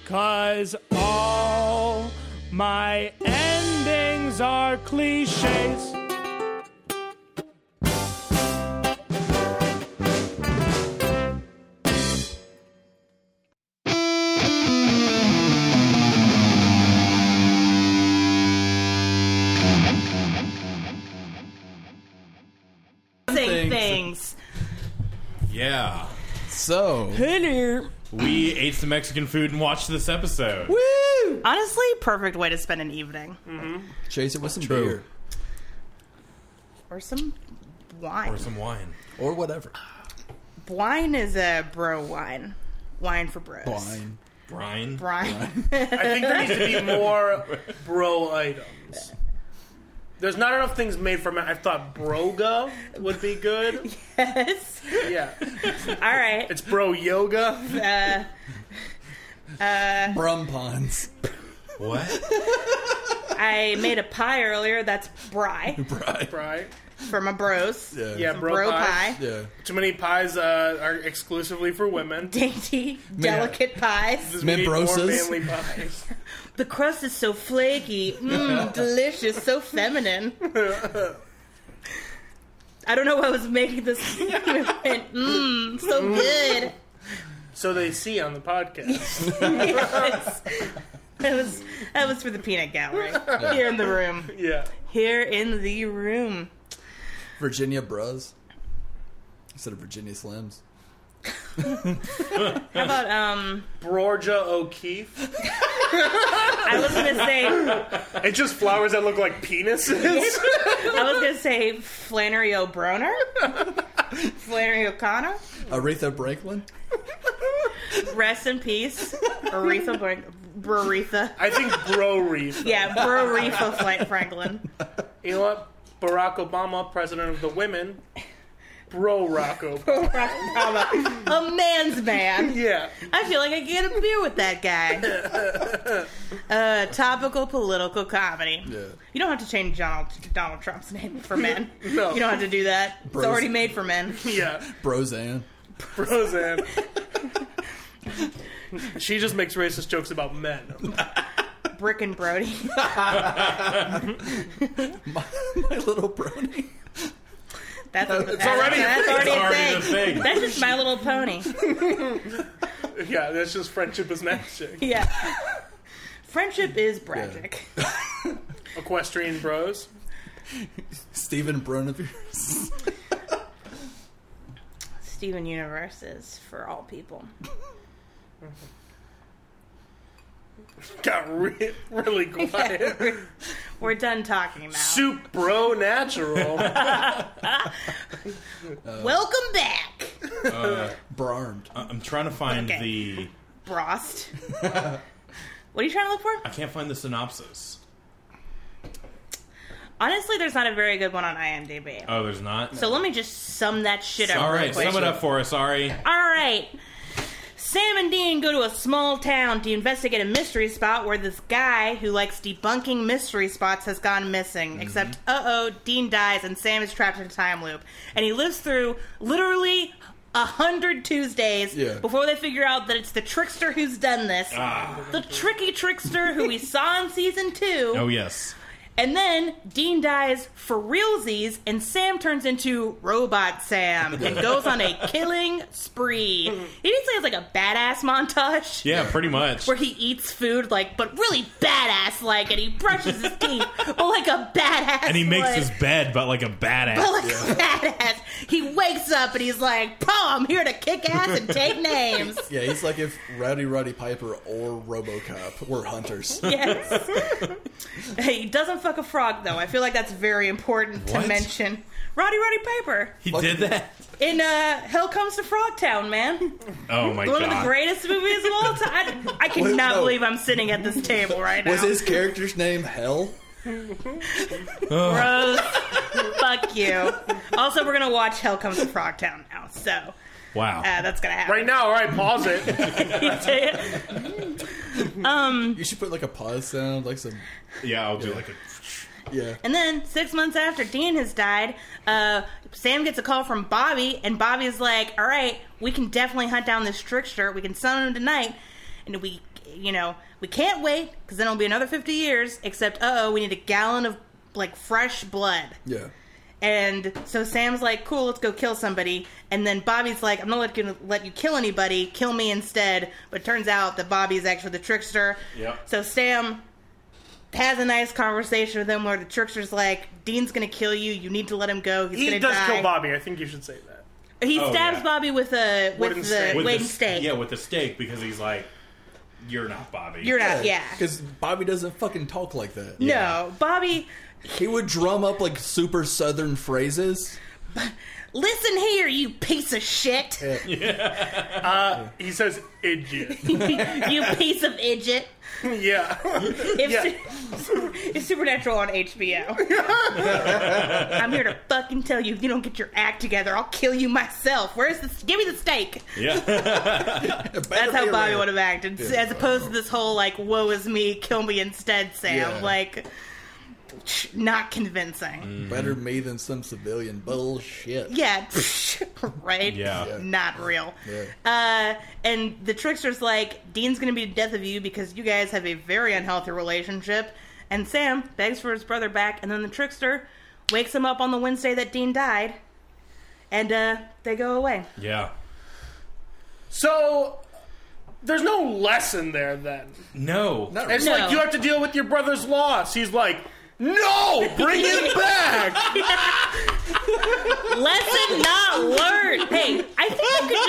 D: Cause all my endings are cliches.
C: Saying
A: Things.
C: things.
B: Yeah.
A: So,
B: We ate some Mexican food and watched this episode.
A: woo!
C: Honestly, perfect way to spend an evening
A: Chase it with some
B: True.
A: beer
C: or some wine.
B: Or some wine.
A: or whatever.
C: wine is a bro wine. Wine for bros.
A: Wine.
B: Brine.
C: Brine.
E: I think there needs to be more bro items. There's not enough things made from it. I thought broga would be good.
C: yes.
E: Yeah.
C: All right.
E: It's bro yoga.
C: Uh,
A: Brum ponds.
B: What?
C: I made a pie earlier. That's bry
A: Right.
E: Right?
C: for my bros.
A: Yeah.
E: Yeah, bro,
C: bro
E: pies.
C: pie.
A: Yeah.
E: Too many pies uh, are exclusively for women.
C: Dainty, delicate pies.
E: We need more
A: Membrosas.
E: manly pies.
C: The crust is so flaky. Mmm, delicious. So feminine. I don't know what was making this movement. Mmm, so good.
E: So they see on the podcast.
C: Yes. That was that was for the peanut gallery. Here in the room.
E: Yeah.
C: Here in the room.
A: Virginia Bros. Instead of Virginia Slims.
C: How about um
E: Georgia O'Keefe.
C: I was gonna say
E: It's just flowers that look like penises.
C: I was gonna say Flannery O'Broner? Flannery O'Connor?
A: Aretha Franklin.
C: Rest in peace. Aretha Blank Aretha.
E: I think bro reef.
C: Yeah, Aretha Franklin.
E: You know what? Barack Obama, president of the women.
D: Bro Rocco.
C: a man's man.
D: Yeah.
C: I feel like I can get a beer with that guy. Uh, topical political comedy.
A: Yeah.
C: You don't have to change Donald, Donald Trump's name for men.
D: No.
C: You don't have to do that.
A: Bros.
C: It's already made for men.
D: Yeah.
A: Brozan.
D: Roseanne. she just makes racist jokes about men.
C: Brick and Brody.
A: My, my little brony.
C: That's,
A: It's
C: that's-
D: already a
C: that's
D: thing.
B: It's
C: already a
B: already
C: thing.
B: the thing.
C: That's just My Little Pony.
D: Yeah, that's just friendship is magic.
C: Yeah. Friendship is tragic.
D: Equestrian bros.
A: Stephen Bruneviers.
C: Steven Universe is for all people.
D: Got re- really quiet.
C: We're done talking now.
D: Soup bro natural.
C: Uh, Welcome back,
A: Brarmed.
B: I- Uh, I'm trying to find
C: Okay.
B: the.
C: Brost. what are you trying to look for?
B: I can't find the synopsis.
C: Honestly, there's not a very good one on IMDb.
B: Oh, there's not.
C: so let me just sum that shit up.
B: All
C: real
B: right,
C: quick.
B: sum it up for us. Sorry.
C: All right. Sam and Dean go to a small town to investigate a mystery spot where this guy who likes debunking mystery spots has gone missing. Except, uh oh, Dean dies and Sam is trapped in a time loop. And he lives through literally a hundred Tuesdays
A: Yeah.
C: before they figure out that it's the trickster who's done this. The tricky trickster who we saw in season two.
B: Oh yes.
C: And then Dean dies for realsies, and Sam turns into Robot Sam and goes on a killing spree. He basically has like a badass montage
B: Yeah, pretty much.
C: where he eats food like, but really badass like, and he brushes his teeth, but like a badass.
B: And he makes
C: like,
B: his bed, but like a
C: but
B: badass.
C: like a badass. He wakes up and he's like, "Paw, I'm here to kick ass and take names."
A: Yeah, he's like if Rowdy Roddy Piper or RoboCop were hunters.
C: Yes. he doesn't fuck a frog though. I feel like that's very important
B: What?
C: to mention. Roddy Roddy Piper.
B: He did that.
C: in uh, Hell Comes to Frogtown, man.
B: Oh my
C: One
B: god.
C: of the greatest movies of all time. I, I cannot
A: no.
C: believe I'm sitting at this table right now.
A: Was his character's name Hell?
C: Gross. Oh, Fuck you. Also, we're gonna watch Hell Comes to Frogtown now, so uh,
B: wow.
C: that's gonna happen.
D: right now, all right, pause it.
A: You should put like a pause sound, like some.
B: yeah, I'll do like a.
A: Yeah.
C: And then six months after Dean has died, uh, Sam gets a call from Bobby, and Bobby's like, "All right, we can definitely hunt down this trickster. We can summon him tonight, and we, you know, we can't wait because then it'll be another fifty years. Except, uh oh, we need a gallon of like fresh blood."
A: Yeah.
C: And so Sam's like, "Cool, let's go kill somebody." And then Bobby's like, "I'm not let- gonna let you kill anybody. Kill me instead." But turns out that Bobby's actually the trickster.
B: Yep.
C: So Sam has a nice conversation with him where the trickster's like, "Dean's gonna kill you. You need to let him go. He's
D: He
C: gonna
D: does
C: die."
D: kill Bobby. I think you should say that.
C: He
B: Oh,
C: stabs
B: yeah.
C: Bobby with a with
D: Wooden
C: the
D: stake.
B: with
C: wooden
B: the,
C: stake.
B: Yeah, with the stake because he's like, you're not Bobby.
C: You're not, yeah.
A: Because Bobby doesn't fucking talk like that.
C: No, Bobby.
A: He would drum up like super southern phrases.
C: Listen here, you piece of shit.
D: He says idiot.
C: you piece of idiot.
D: yeah.
C: If
D: Yeah.
C: Su- it's Supernatural on HBO. I'm here to fucking tell you if you don't get your act together, I'll kill you myself. Where's the give me the stake?
B: Yeah.
C: That's how Bobby would have acted, as opposed to this whole like "woe is me, kill me instead" Sam.
A: Yeah.
C: Like, not convincing.
A: Better me than some civilian bullshit.
C: Yeah, right.
B: Yeah. Yeah.
C: not real.
A: Yeah.
C: Uh, and the trickster's like, Dean's gonna be the death of you because you guys have a very unhealthy relationship. And Sam begs for his brother back, and then the trickster wakes him up on the Wednesday that Dean died, and uh, they go away.
B: yeah.
D: So there's no lesson there then.
B: No.
A: Not
D: It's
A: really.
D: like you have to deal with your brother's loss. He's like, no, bring him back.
C: Lesson not learned. Hey, I think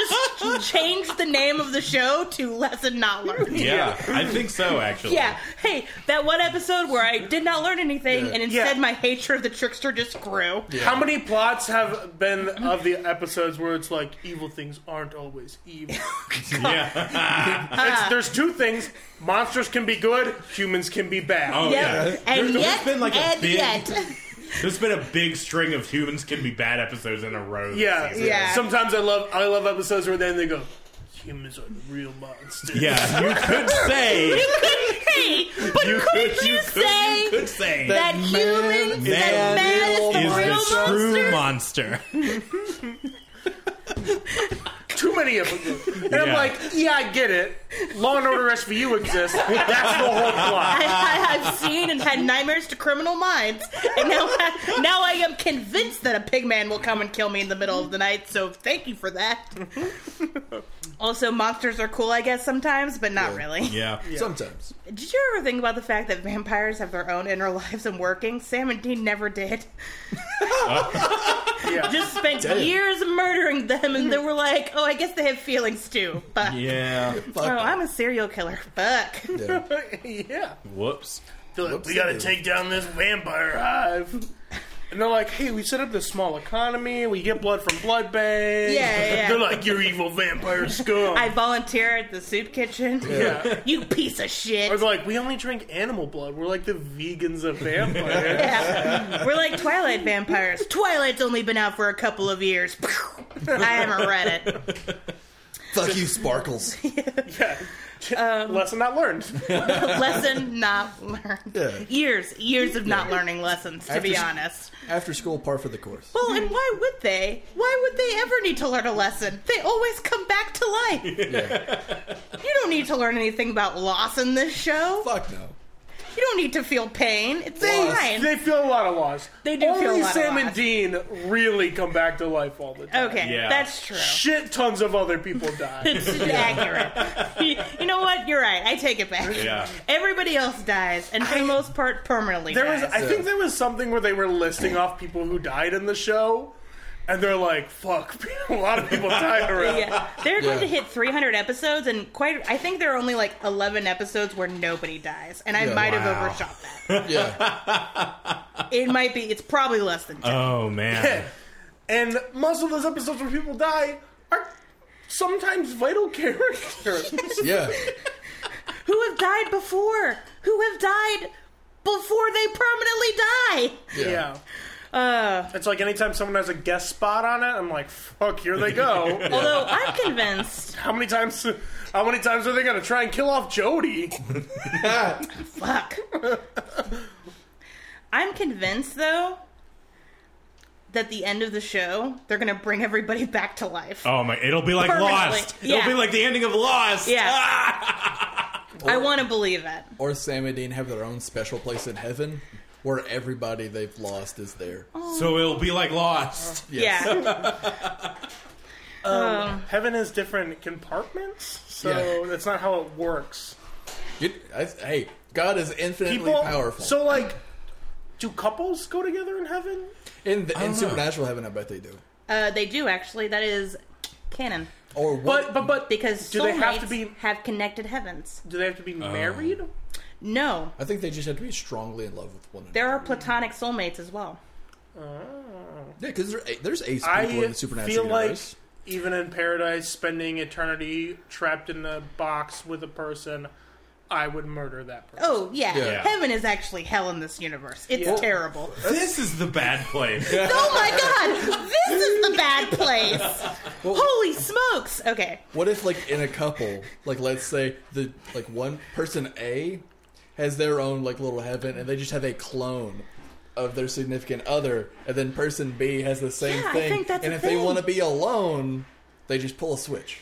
C: I could just change the name of the show to Lesson Not Learned.
B: Yeah, I think so, actually.
C: Yeah. Hey, that one episode where I did not learn anything,
A: Yeah.
C: and instead
D: Yeah.
C: my hatred of the trickster just grew.
D: How many plots have been of the episodes where it's like evil things aren't always evil?
B: Yeah.
D: It's, there's two things: monsters can be good, humans can be bad.
B: Oh,
C: Yep.
B: yeah.
C: And
B: There- there's
C: yet,
B: been, like, a
C: and
B: big-
C: yet,
B: There's been a big string of humans can be bad episodes in a row. this
D: Yeah,
B: season.
C: Yeah.
D: Sometimes I love I love episodes where then they go, humans are the real monsters.
G: Yeah, you could say
C: hey, but
B: You
C: couldn't
B: could,
C: you,
B: you could,
C: say
B: you could say
C: that
A: Man
C: human,
A: is
C: that man is the
G: is
C: real
G: the
C: monster?
G: true monster.
D: Too many of them. And I'm
G: Yeah.
D: like, yeah, I get it. Law and Order SVU exists. That's the whole plot.
C: I, I, I've seen and had nightmares to criminal minds, and now I, now I am convinced that a pig man will come and kill me in the middle of the night. So thank you for that. also, monsters are cool, I guess, sometimes, but not really.
G: Yeah.
A: Sometimes.
C: Did you ever think about the fact that vampires have their own inner lives and working? Sam and Dean never did.
D: Yeah.
C: Just spent years murdering them, and they were like, "Oh, I guess they have feelings too." But
G: Yeah.
A: Fuck.
C: oh, I'm a serial killer. Fuck.
A: yeah.
D: yeah.
G: Whoops.
D: They're like,
A: Whoops,
D: we gotta
A: it is.
D: take down this vampire hive. And they're like, hey, we set up this small economy. We get blood from blood banks.
C: Yeah, yeah, yeah.
D: They're like, you're evil vampire scum.
C: I volunteer at the soup kitchen.
D: yeah.
C: You piece of shit.
D: Or they're like, we only drink animal blood. We're like the vegans of vampires.
C: Yeah. We're like Twilight vampires. Twilight's only been out for a couple of years. I haven't read it.
A: Fuck you, Sparkles.
D: Lesson not learned.
C: Lesson not learned.
A: Yeah.
C: Years, years of not learning lessons, to be
A: After-
C: honest.
A: After school, par for the course.
C: Well, and why would they? Why would they ever need to learn a lesson? They always come back to life. You don't need to learn anything about loss in this show.
A: Fuck no.
C: You don't need to feel pain. It's
A: Loss.
C: fine.
D: They feel a lot of loss.
C: They do
D: Only
C: feel a lot of
D: Sam
C: loss.
D: and Dean really come back to life all the time.
C: Okay,
B: Yeah.
C: that's true.
D: Shit tons of other people die.
C: It's accurate. You- You know what? You're right. I take it back.
B: Yeah.
C: Everybody else dies, and for the most part, permanently
D: There was
C: dies.
D: I think there was something where they were listing off people who died in the show and they're like, fuck, a lot of people died around.
C: yeah, they're going
A: Yeah.
C: to hit 300 episodes, and quite. I think there are only like 11 episodes where nobody dies, and I
A: Yeah.
C: might
G: Wow.
C: have overshot that.
A: Yeah.
C: It might be. It's probably less than 10.
G: Oh man.
D: And most of those episodes where people die are sometimes vital characters.
A: Yeah.
C: who have died before, who have died before they permanently die.
A: Yeah.
D: yeah. it's like anytime someone has a guest spot on it, I'm like, fuck, here they go.
C: Although I'm convinced,
D: how many times how many times are they gonna try and kill off Jody?
C: fuck. I'm convinced though that the end of the show, they're gonna bring everybody back to life.
G: Oh my! It'll be like
C: Permanently.
G: Lost.
C: Yeah.
G: It'll be like the ending of Lost.
C: Yeah.
B: Ah.
C: I want to believe it.
A: Or Sam and Dean have their own special place in heaven where everybody they've lost is there.
D: Oh.
G: So it'll be like Lost.
A: Yes.
C: Yeah.
D: Heaven has different compartments, so
A: Yeah.
D: that's not how it works.
A: You- I- hey, God is infinitely
D: People,
A: powerful.
D: so like, do couples go together in heaven?
A: in the,
D: Uh-huh.
A: in supernatural heaven, I bet they do.
C: Uh, they do actually. That is canon
A: Or what?
D: But but but
C: because
D: do they have to
C: soulmates
D: be
C: have connected heavens.
D: do they have to be
A: Oh.
D: married?
C: No,
A: I think they just have to be strongly in love with one another.
C: there are platonic soulmates as well.
A: Yeah, because there's ace people
D: I
A: in the supernatural
D: feel like
A: universe.
D: even in paradise, spending eternity trapped in a box with a person, I would murder that person.
C: Oh yeah.
A: Yeah.
C: heaven is actually hell in this universe. It's
D: Yeah.
C: terrible.
G: This is the bad place.
C: Oh my god, this is the bad place. Holy smokes. Okay.
A: What if, like, in a couple, like, let's say the like one person A has their own like little heaven, and they just have a clone of their significant other, and then person B has the same
C: Yeah, I
A: thing.
C: think that's
A: and
C: a
A: if they
C: thing.
A: want to be alone, they just pull a switch,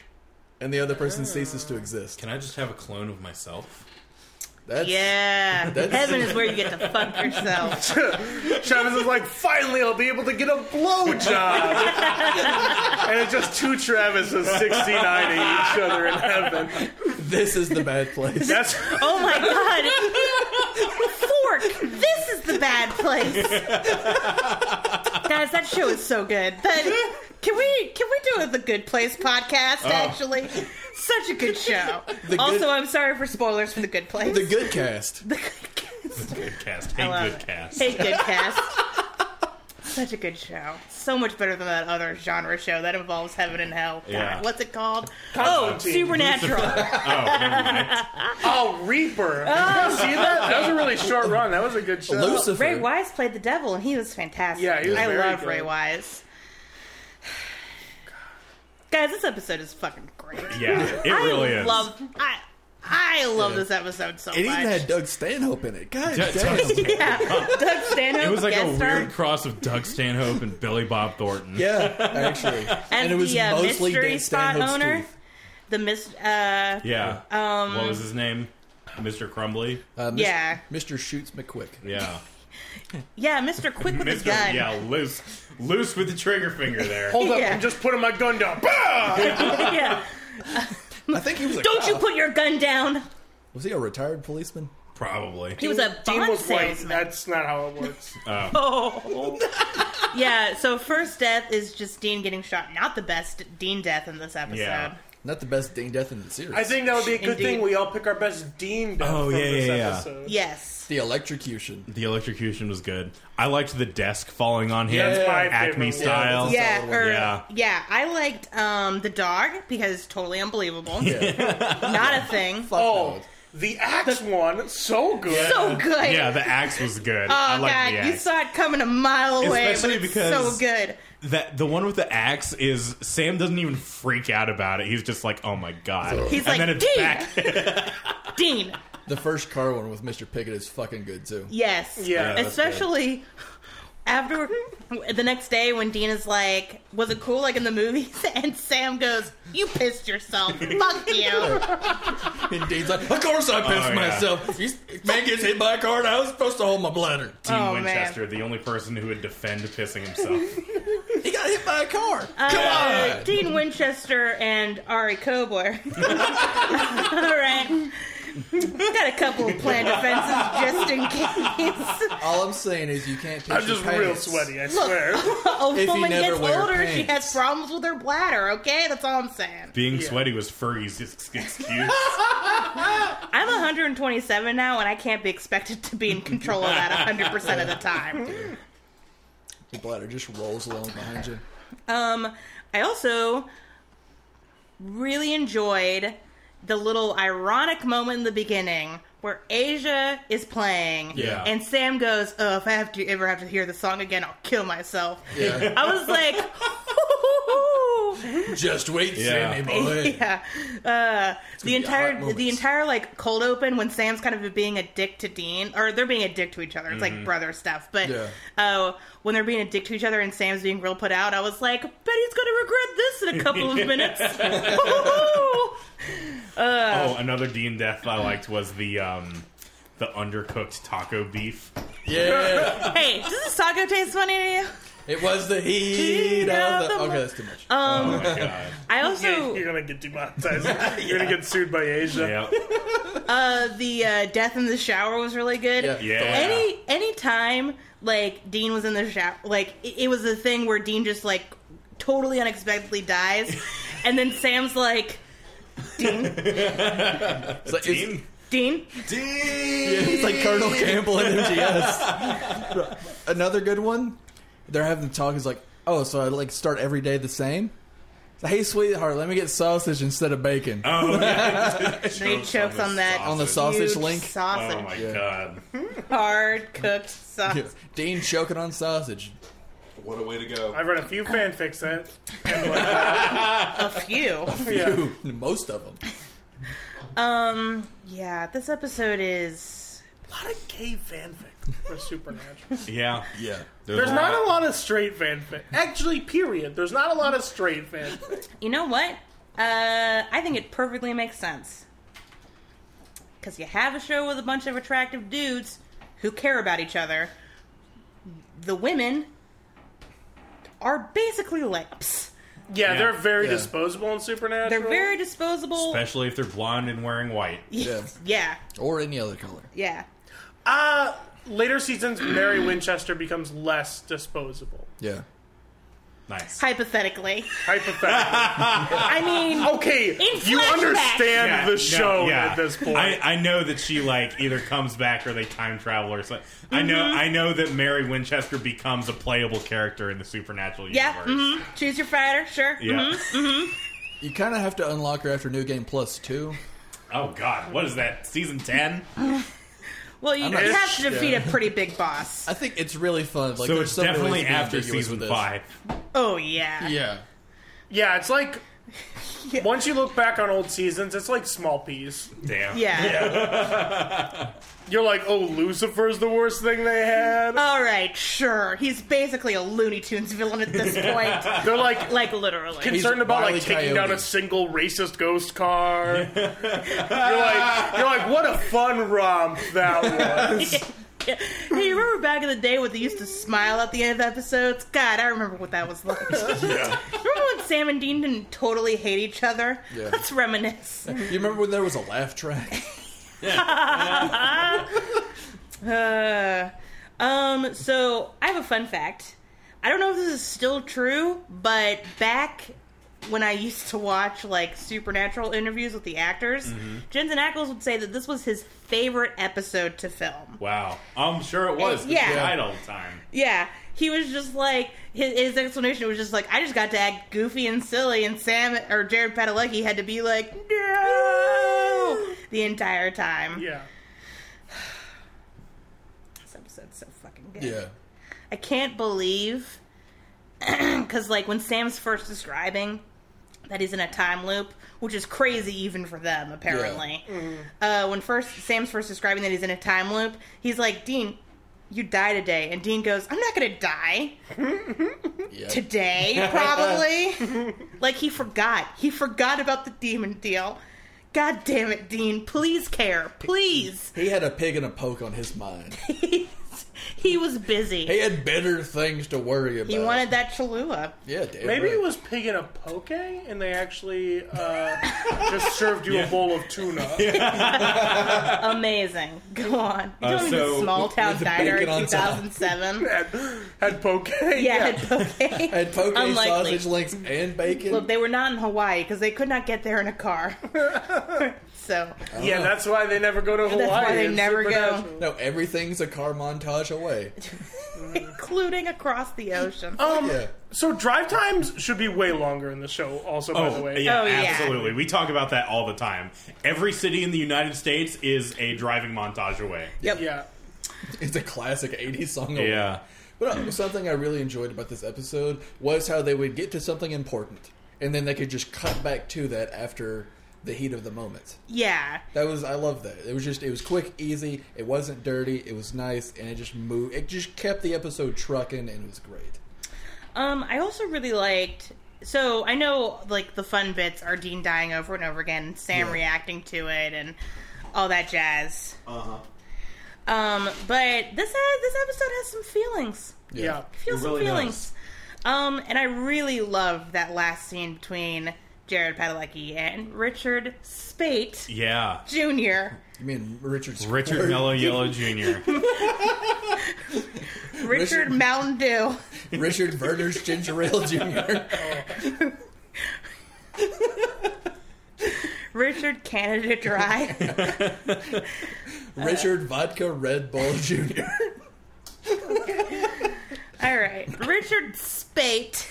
A: and the other person ceases to exist.
B: Can I just have a clone of myself?
A: That's
C: Yeah.
A: That's-
C: Heaven is where you get to fuck yourself.
D: Travis is like, finally, I'll be able to get a blowjob. and it's just two Travises 69ing each other in heaven.
A: this is the bad place.
D: That's
C: Oh my god. Fork. This is the bad place. Guys, that show is so good. That can we can we do a the good place podcast actually? Such a good show.
A: Oh. The
C: also,
A: Good-
C: I'm sorry for spoilers for the good place.
A: the good cast.
C: The good cast.
B: Good cast. Hey,
C: love
B: good
C: it.
B: cast.
C: Hey, good cast. such a good show. So much better than that other genre show that involves heaven and hell. God,
B: Yeah.
C: What's it called? Oh, Supernatural.
D: Oh, Reaper. Did you see that? That was a really short run. That was a good
C: uh,
D: show.
A: Lucifer.
C: Ray Wise played the devil, and he was fantastic.
D: Yeah, he was
C: I
D: very
C: love
D: good.
C: Ray Wise. Guys, this episode is fucking great.
G: Yeah, it really
C: I
G: is.
C: love. I I love this episode so
A: It even
C: much.
A: had Doug Stanhope in it. God
G: Doug-
A: damn.
C: yeah, Doug Stanhope.
G: it was like a
C: guest star.
G: weird cross of Doug Stanhope and Billy Bob Thornton.
A: yeah, actually. And,
C: And
A: it was
C: the, uh,
A: mostly
C: mystery
A: Dan
C: spot
A: Stanhope's
C: owner?
A: teeth.
C: The mis- uh,
G: Yeah. what was his name? Mr. Crumbly.
A: Uh, Mr.
C: Yeah.
A: Mr. Shoots McQuick.
G: Yeah.
C: yeah, Mr. Quick with his
G: Mr.
C: gun.
G: Yeah, loose, loose with the trigger finger there.
D: Hold up.
C: Yeah.
D: I'm just putting my gun down. Bah!
C: Yeah.
A: I think he was a
C: Don't you
A: cop.
C: put your gun down.
A: Was he a retired policeman?
G: Probably.
C: He was a
D: Dean
C: bond
D: was white.
C: salesman.
D: That's not how it works.
C: Oh. yeah, so first death is just Dean getting shot. Not the best Dean death in this episode.
G: Yeah.
A: Not the best Dane Death in the series.
D: I think that would be a good
C: Indeed.
D: thing. We all pick our best Dean death
G: Oh,
D: from
G: yeah,
D: this
G: yeah, yeah.
D: episode.
C: Yes.
A: the electrocution.
G: The electrocution was good. I liked the desk falling on him,
A: That's
D: my
G: Acme
D: favorite one.
G: style.
C: Yeah,
A: solid one.
C: or,
G: Yeah.
C: yeah. I liked um, the dog because totally unbelievable. Not a thing.
D: Oh, the axe one, so good.
G: Oh,
C: So good.
G: Yeah, the axe was good. I
C: Oh
G: liked the
C: god, you
G: axe.
C: saw it coming a mile away,
G: Especially
C: but it's
G: because-
C: so good.
G: that the one with the axe is Sam doesn't even freak out about it. He's just like, "Oh my god!" and
C: He's like,
G: then it's
C: "Dean!"
G: back.
C: Dean.
A: The first car one with Mr. Pickett is fucking good too.
C: Yes.
D: Yeah, that's
C: Especially after the next day when Dean is like, "Was it cool like in the movies?" and Sam goes, "You pissed yourself. Fuck you."
A: And Dane's like, of course I pissed
D: Oh,
G: yeah.
A: myself. He's, man gets hit by a car and I was supposed to hold my bladder.
G: Dean
C: Oh, man.
G: Winchester, the only person who would defend pissing himself.
A: He got hit by a car.
C: Uh, Dean Winchester and Ari Kobler. All right. Got a couple of planned offenses just in case.
A: All I'm saying is you can't. Pitch
D: I'm just
A: your
D: real
A: pants.
D: sweaty, I swear.
C: A
A: If you
C: woman
A: never
C: gets
A: wear
C: older, she
A: pants.
C: has problems with her bladder, okay? That's all I'm saying.
G: Being sweaty was Fergie's ex- excuse.
C: I'm 127 now, and I can't be expected to be in control of that 100% of the time.
A: Your bladder just rolls along behind you.
C: Um, I also really enjoyed the little ironic moment in the beginning where Asia is playing,
G: Yeah.
C: and Sam goes, "Oh, if I have to ever have to hear the song again, I'll kill myself."
A: Yeah.
C: I was like.
A: just wait,
G: Yeah.
A: Sammy boy.
C: Yeah, uh, the
A: be hot
C: entire
A: moments.
C: the entire like cold open when Sam's kind of being a dick to Dean, or they're being a dick to each other. It's like brother stuff, but
A: Mm-hmm. Yeah.
C: uh, when they're being a dick to each other and Sam's being real put out, I was like, Betty's gonna regret this in a couple of minutes. Uh.
G: oh, another Dean death I liked was the um, the undercooked taco beef.
C: Um.
A: Yeah.
C: hey, does this taco taste funny to you?
A: It was the heat of the. Um, Okay, that's too much.
G: Oh my god!
C: I also
D: You're gonna get demonetized. You're gonna get sued by Asia.
G: Yeah,
C: uh, the uh, death in the shower was really good.
A: yeah.
G: yeah.
C: any any time like Dean was in the shower, like it, it was a thing where Dean just like totally unexpectedly dies, and then Sam's like, Dean,
A: It's like, it's,
C: Dean,
A: it's like Colonel Campbell in MGS. Another good one. They're having the talk. Is like, oh, so I like start every day the same. It's like, hey, sweetheart, let me get sausage instead of bacon
G: Oh,
C: they chokes on that
A: on the sausage
C: huge
A: link.
G: Oh
C: sausage,
G: my god!
C: hard cooked sausage.
A: Yeah. Dean choking on sausage.
B: What a way to go.
D: I've read a few fanfics that
C: A few,
D: yeah.
A: Most of them.
C: um, yeah. This episode is
D: a lot of gay fanfic for Supernatural.
G: Yeah,
A: Yeah.
D: There's not a lot of straight fanfic. Actually, period. There's not a lot of straight fanfic.
C: you know what? Uh, I think it perfectly makes sense. Because you have a show with a bunch of attractive dudes who care about each other. The women are basically lamps.
D: Yeah,
G: Yeah.
D: they're very
A: Yeah.
D: disposable in Supernatural.
C: They're very disposable.
G: especially if they're blonde and wearing white.
A: Yeah.
C: yeah,
A: Or any other color.
C: yeah.
D: Uh, later seasons, Mary Winchester becomes less disposable.
A: Yeah.
B: Nice.
C: hypothetically.
D: Hypothetically.
C: I mean,
D: Okay, you
C: flashback.
D: understand
B: Yeah,
D: the
B: no,
D: show
B: yeah.
D: at this point.
B: I, I know that she like either comes back or they time travel or something. I know
D: Mm-hmm.
B: I know that Mary Winchester becomes a playable character in the supernatural
C: yeah,
B: universe.
C: mhm. choose your fighter, sure. Mm-hmm.
B: Yeah.
A: You kind of have to unlock her after New Game Plus two.
B: Oh God, what is that? Season ten?
C: Well, you,
A: I'm not
C: you have to
A: sure.
C: defeat a pretty big boss.
A: I think it's really fun. Like,
B: so
A: there's
B: it's
A: so many ways
B: definitely
A: to be
B: after
A: ambiguous
B: season
A: with this.
B: five.
C: Oh yeah.
A: Yeah,
D: yeah, it's like once you look back on old seasons, it's like small peas.
B: Damn.
C: Yeah.
D: You're like, oh, Lucifer's the worst thing they had.
C: All right, sure. He's basically a Looney Tunes villain at this point.
D: They're like
C: like literally.
D: concerned
A: He's
D: about
A: Wile E.
D: like taking down a
A: Coyote.
D: single racist ghost car. you're like, you're like, what a fun romp that was.
C: hey, remember back in the day when they used to smile at the end of episodes? God, I remember what that was like. Remember when Sam and Dean didn't totally hate each other?
A: Yeah.
C: Let's reminisce.
A: you remember when there was a laugh track?
C: Uh, um, so I have a fun fact. I don't know if this is still true, but back when I used to watch like supernatural interviews with the actors, Jensen Ackles would say that this was his favorite episode to film.
B: Wow. I'm sure it was.
C: It- yeah.
B: It's right all the time.
C: Yeah, he was just like his, his explanation was just like I just got to act goofy and silly, and Sam or Jared Padalecki had to be like no the entire time.
D: Yeah.
C: This episode's so fucking good.
A: yeah,
C: I can't believe because like when Sam's first describing that he's in a time loop, which is crazy even for them apparently. Uh, when first Sam's first describing that he's in a time loop, he's like Dean. You die today, and Dean goes, "I'm not gonna die
A: yeah.
C: today, probably." like he forgot, he forgot about the demon deal. God damn it, Dean! Please care, please.
A: He had a pig and a poke on his mind.
C: he was busy.
A: He had better things to worry about.
C: he wanted that Cholula.
A: yeah, damn
D: Maybe
A: right.
D: it was pig in a poke, and they actually uh, just served you a bowl of tuna.
C: Amazing. Go on. You
B: Uh,
C: don't
B: so-
C: so, small town
A: with the
C: diner in
A: bacon on top.
C: 2007.
D: Had, had poke.
C: Yeah, okay.
A: had poke,
C: Unlikely.
A: sausage links, and bacon.
C: Look, they were not in Hawaii because they could not get there in a car. so
A: Uh,
D: Yeah, that's why they never go to Hawaii.
C: why they
D: It's
C: never go.
D: supernatural.
A: no, everything's a car montage away.
C: including across the ocean.
B: Oh,
D: Um,
A: Yeah.
D: So drive times should be way longer in the show. Also, by the
B: Oh,
D: way,
B: yeah,
C: Oh, yeah.
B: absolutely. We talk about that all the time. Every city in the United States is a driving montage away.
C: yep.
D: yeah,
A: It's a classic '80s song. away.
B: Yeah.
A: But uh, something I really enjoyed about this episode was how they would get to something important, and then they could just cut back to that after the heat of the moment.
C: Yeah.
A: That was I love that. It was just it was quick, easy. It wasn't dirty. It was nice, and it just moved. It just kept the episode trucking, and it was great.
C: Um, I also really liked. So I know like the fun bits are Dean dying over and over again, and Sam
A: Yeah.
C: reacting to it, and all that jazz. Uh huh. Um, but this has, this episode has some feelings.
D: yeah.
C: Feel
B: It
C: some
B: really
C: feelings. Um, and I really loved that last scene between Jared Padalecki and Richard Spate
B: Yeah.
C: Jr.
A: You mean Richard? Square-
B: Richard Mello Yellow Jr.
C: Richard Mountain Dew.
A: Richard Werner's Ginger Ale Jr.
C: Richard Canada Dry. Uh,
A: Richard Vodka Red Bull Jr.
C: All right. Richard Spate.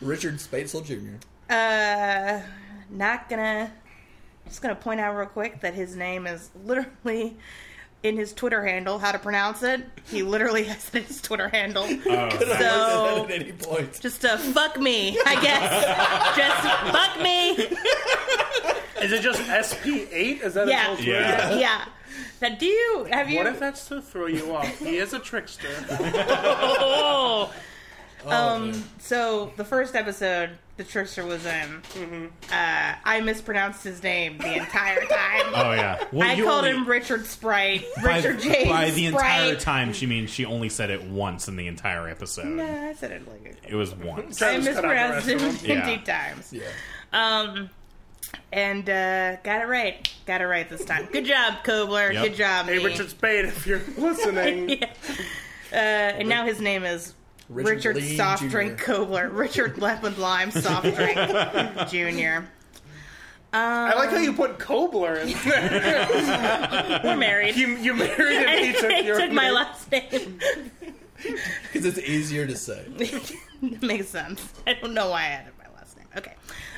A: Richard Spatzel Jr.
C: Uh, not gonna. Just gonna point out real quick that his name is literally in his Twitter handle. How to pronounce it? He literally has it in his Twitter handle.
B: Uh. Oh,
C: so
A: At any point,
C: just uh, fuck me, I guess. just fuck me.
D: Is it just SP eight? Is that
C: Yeah.
D: a whole
B: Yeah.
C: Yeah. Now, do you have you?
D: What if that's to throw you off? He is a trickster.
C: oh.
A: um,
C: So the first episode the trickster was in,
B: Mm-hmm.
C: uh, I mispronounced his name the entire time.
B: Oh yeah. Well,
C: I
B: you
C: called
B: only-
C: him Richard Sprite,
B: by-
C: Richard James
B: By the entire
C: Sprite.
B: time, she means she only said it once in the entire episode.
C: No, I said it like
B: It was once.
C: I
D: Travis cut out the
C: mispronounced him
D: rest of them.
C: fifty
B: Yeah.
C: times.
A: yeah,
C: Um, and uh, got it right. Got it right this time. Good job, Kobler.
B: Yep.
C: Good job,
D: Hey,
C: me.
D: Richard Spade, if you're listening,
C: uh, and now his name is Richard
A: Lee
C: Soft
A: Jr..
C: Drink Kobler, Richard Lemon Lime Soft Drink Junior.
D: I like how you put Kobler in.
C: We're married.
D: You, you married him. He
C: and
D: took
C: he
D: your
C: took my last name.
A: 'Cause it's easier to say.
C: Makes sense. I don't know why I added my last name. Okay.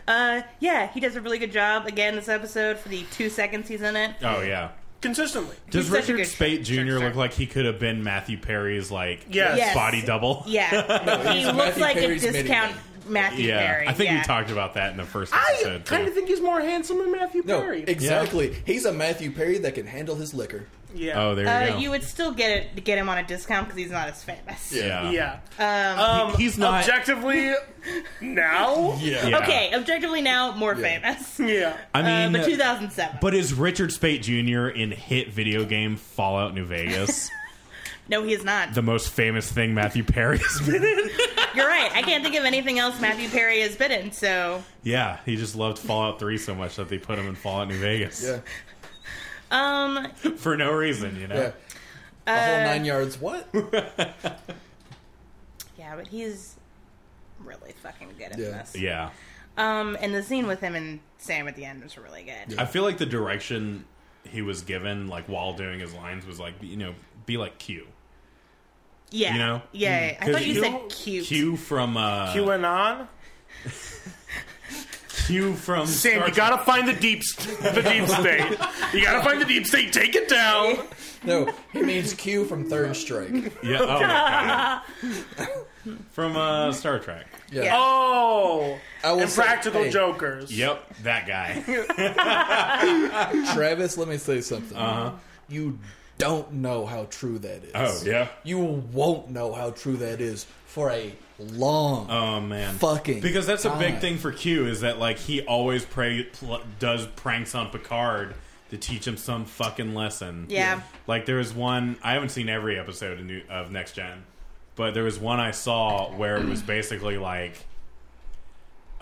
C: Uh, yeah, he does a really good job again this episode for the two seconds he's in it.
B: Oh yeah.
D: consistently.
B: Does
C: He's such a
B: Richard
C: good
B: Spate Jr.
C: trickster.
B: look like he could have been Matthew Perry's like
D: Yes.
C: Yes.
B: body double?
C: Yeah, he
A: he's
C: looks
A: Matthew
C: like
A: Perry's
C: a discount Matthew
B: Yeah.
C: Perry.
B: I think
C: yeah.
B: we talked about that in the first
D: I
B: episode. too.
D: kind of think he's more handsome than Matthew
A: No,
D: Perry.
A: exactly. He's a Matthew Perry that can handle his liquor.
D: yeah.
B: oh, there you
C: Uh,
B: go.
C: you would still get it to get him on a discount because he's not as famous.
B: yeah.
D: yeah.
B: Um, he's not.
D: Objectively, now?
A: Yeah.
B: Yeah.
C: Okay, objectively now more
A: Yeah.
C: famous.
D: Yeah.
B: I
C: Uh,
B: mean,
C: but
B: but,
C: 2007.
B: is Richard Spate Jr. in hit video game Fallout New Vegas
C: no, he is not.
B: the most famous thing Matthew Perry's been in?
C: You're right. I can't think of anything else Matthew Perry has been in. So,
B: Yeah, he just loved Fallout 3 so much that they put him in Fallout New Vegas
A: Yeah.
C: um,
B: for no reason, you know?
A: Yeah. The
C: Uh,
A: whole nine yards. What?
C: yeah, but he's really fucking good in
A: Yeah.
C: this.
B: Yeah.
C: Um, and the scene with him and Sam at the end was really good.
B: I feel like the direction he was given, like while doing his lines, was like, you know, be like Q.
C: Yeah,
B: You know? Mm.
C: yeah. I
B: 'Cause
C: thought you,
B: you-
C: said cute.
B: Q from uh, Q,
D: QAnon?
B: from
D: Sam,
B: Star
D: you gotta find the deep, st- the deep state. You gotta find the deep state. Take it down.
A: No, he means Q from Third Strike.
B: Yeah. Oh my god. From uh, Star Trek.
A: Yeah.
C: Yeah.
D: Oh,
A: I will say,
D: impractical
A: hey,
D: jokers.
B: Yep, that guy.
A: Travis, let me say something. You don't know how true that is.
B: Uh-huh. Oh, yeah.
A: You won't know how true that is for a long.
B: Oh man.
A: Fucking
B: Because that's a big
A: God.
B: thing for Q is that like he always pray, pl- does pranks on Picard to teach him some fucking lesson.
C: Yeah.
B: Like there was one I haven't seen every episode of, New, of Next Gen, but there was one I saw where it was basically like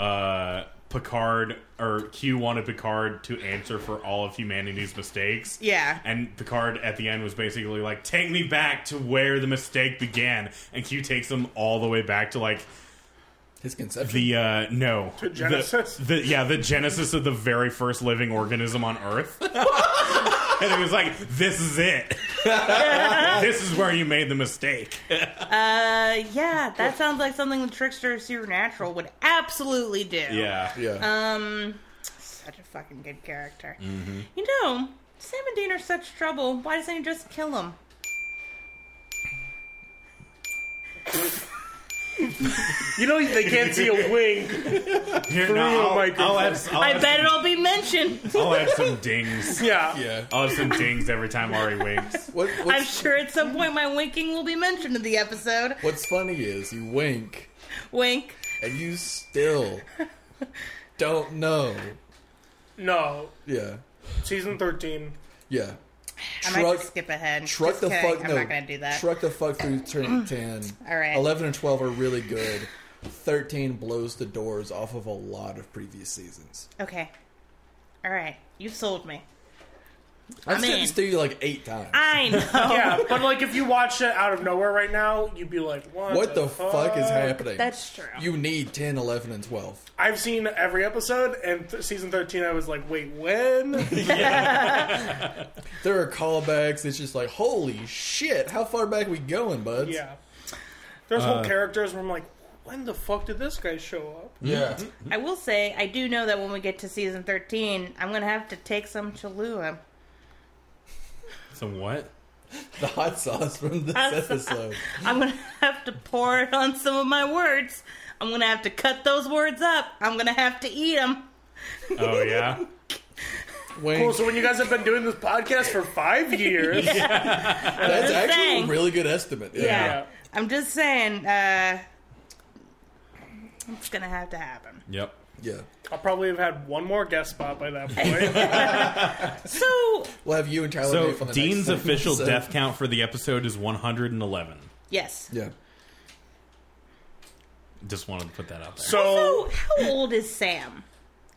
B: uh Picard or Q wanted Picard to answer for all of humanity's mistakes.
C: Yeah.
B: And Picard at the end was basically like, "Take me back to where the mistake began," and Q takes him all the way back to like
A: His conception.
B: the uh no the
D: Genesis?
B: the, yeah the genesis of the very first living organism on earth and it was like this is it this is where you made the mistake
C: Uh, yeah, that sounds like something the Trickster of Supernatural would absolutely do.
B: yeah
A: yeah.
C: Um, such a fucking good character.
A: Mm-hmm.
C: You know, Sam and Dean are such trouble. Why doesn't he just kill them?
D: You know they can't see a wing.
B: Here, no,
D: Through a
B: I'll, I'll
D: microphone.
B: add, s- I'll,
C: I
B: add
C: bet it'll be mentioned.
B: some, I'll add some dings
D: Yeah.
A: yeah.
B: I'll add some dings every time Ari winks
A: What,
C: I'm
A: what's,
C: sure at some point my winking will be mentioned in the episode.
A: what's funny is you wink
C: Wink.
A: and you still don't know.
D: No.
A: Yeah.
D: Season thirteen.
A: Yeah.
C: I might
A: Shrug-
C: just skip ahead.
A: Truck
C: Just
A: the
C: kidding.
A: fuck.
C: I'm
A: no,
C: not gonna do that.
A: Truck the fuck through turn ten.
C: All right.
A: Eleven and twelve are really good. Thirteen blows the doors off of a lot of previous seasons.
C: okay. All right. You sold me.
A: I've
C: I'm in.
A: seen this through like eight times.
C: I know.
D: Yeah, but like if you watch it out of nowhere right now, you'd be like, "What?
A: what the fuck is happening?
C: That's true.
A: You need 10, 11, and twelve.
D: I've seen every episode, and th- season thirteen, I was like, "Wait, when?"
A: There are callbacks. It's just like, holy shit! How far back we going, buds?
D: yeah. There's
A: Uh,
D: whole characters where I'm like, "When the fuck did this guy show up?"
A: yeah.
C: I will say, I do know that when we get to season 13, I'm going to have to take some Cholula.
B: some what
A: The hot sauce from this
C: Hot sauce.
A: episode.
C: I'm going to have to pour it on some of my words. I'm going to have to cut those words up. I'm going to have to eat them.
B: oh yeah
A: Wink.
D: Cool. So when you guys have been doing this podcast for five years,
A: That's
C: just
A: actually
C: saying.
A: a really good estimate. Yeah.
D: Yeah.
C: I'm just saying, uh, it's going to have to happen.
B: yep
A: Yeah.
D: I'll probably have had one more guest spot by that point.
C: So,
A: We'll have you and Tyler
B: so
A: Dave on the
B: Dean's
A: next one,
B: official
A: so-
B: death count for the episode is 111
C: yes.
A: Yeah.
B: just wanted to put that out there
C: So,
D: so
C: how old is Sam?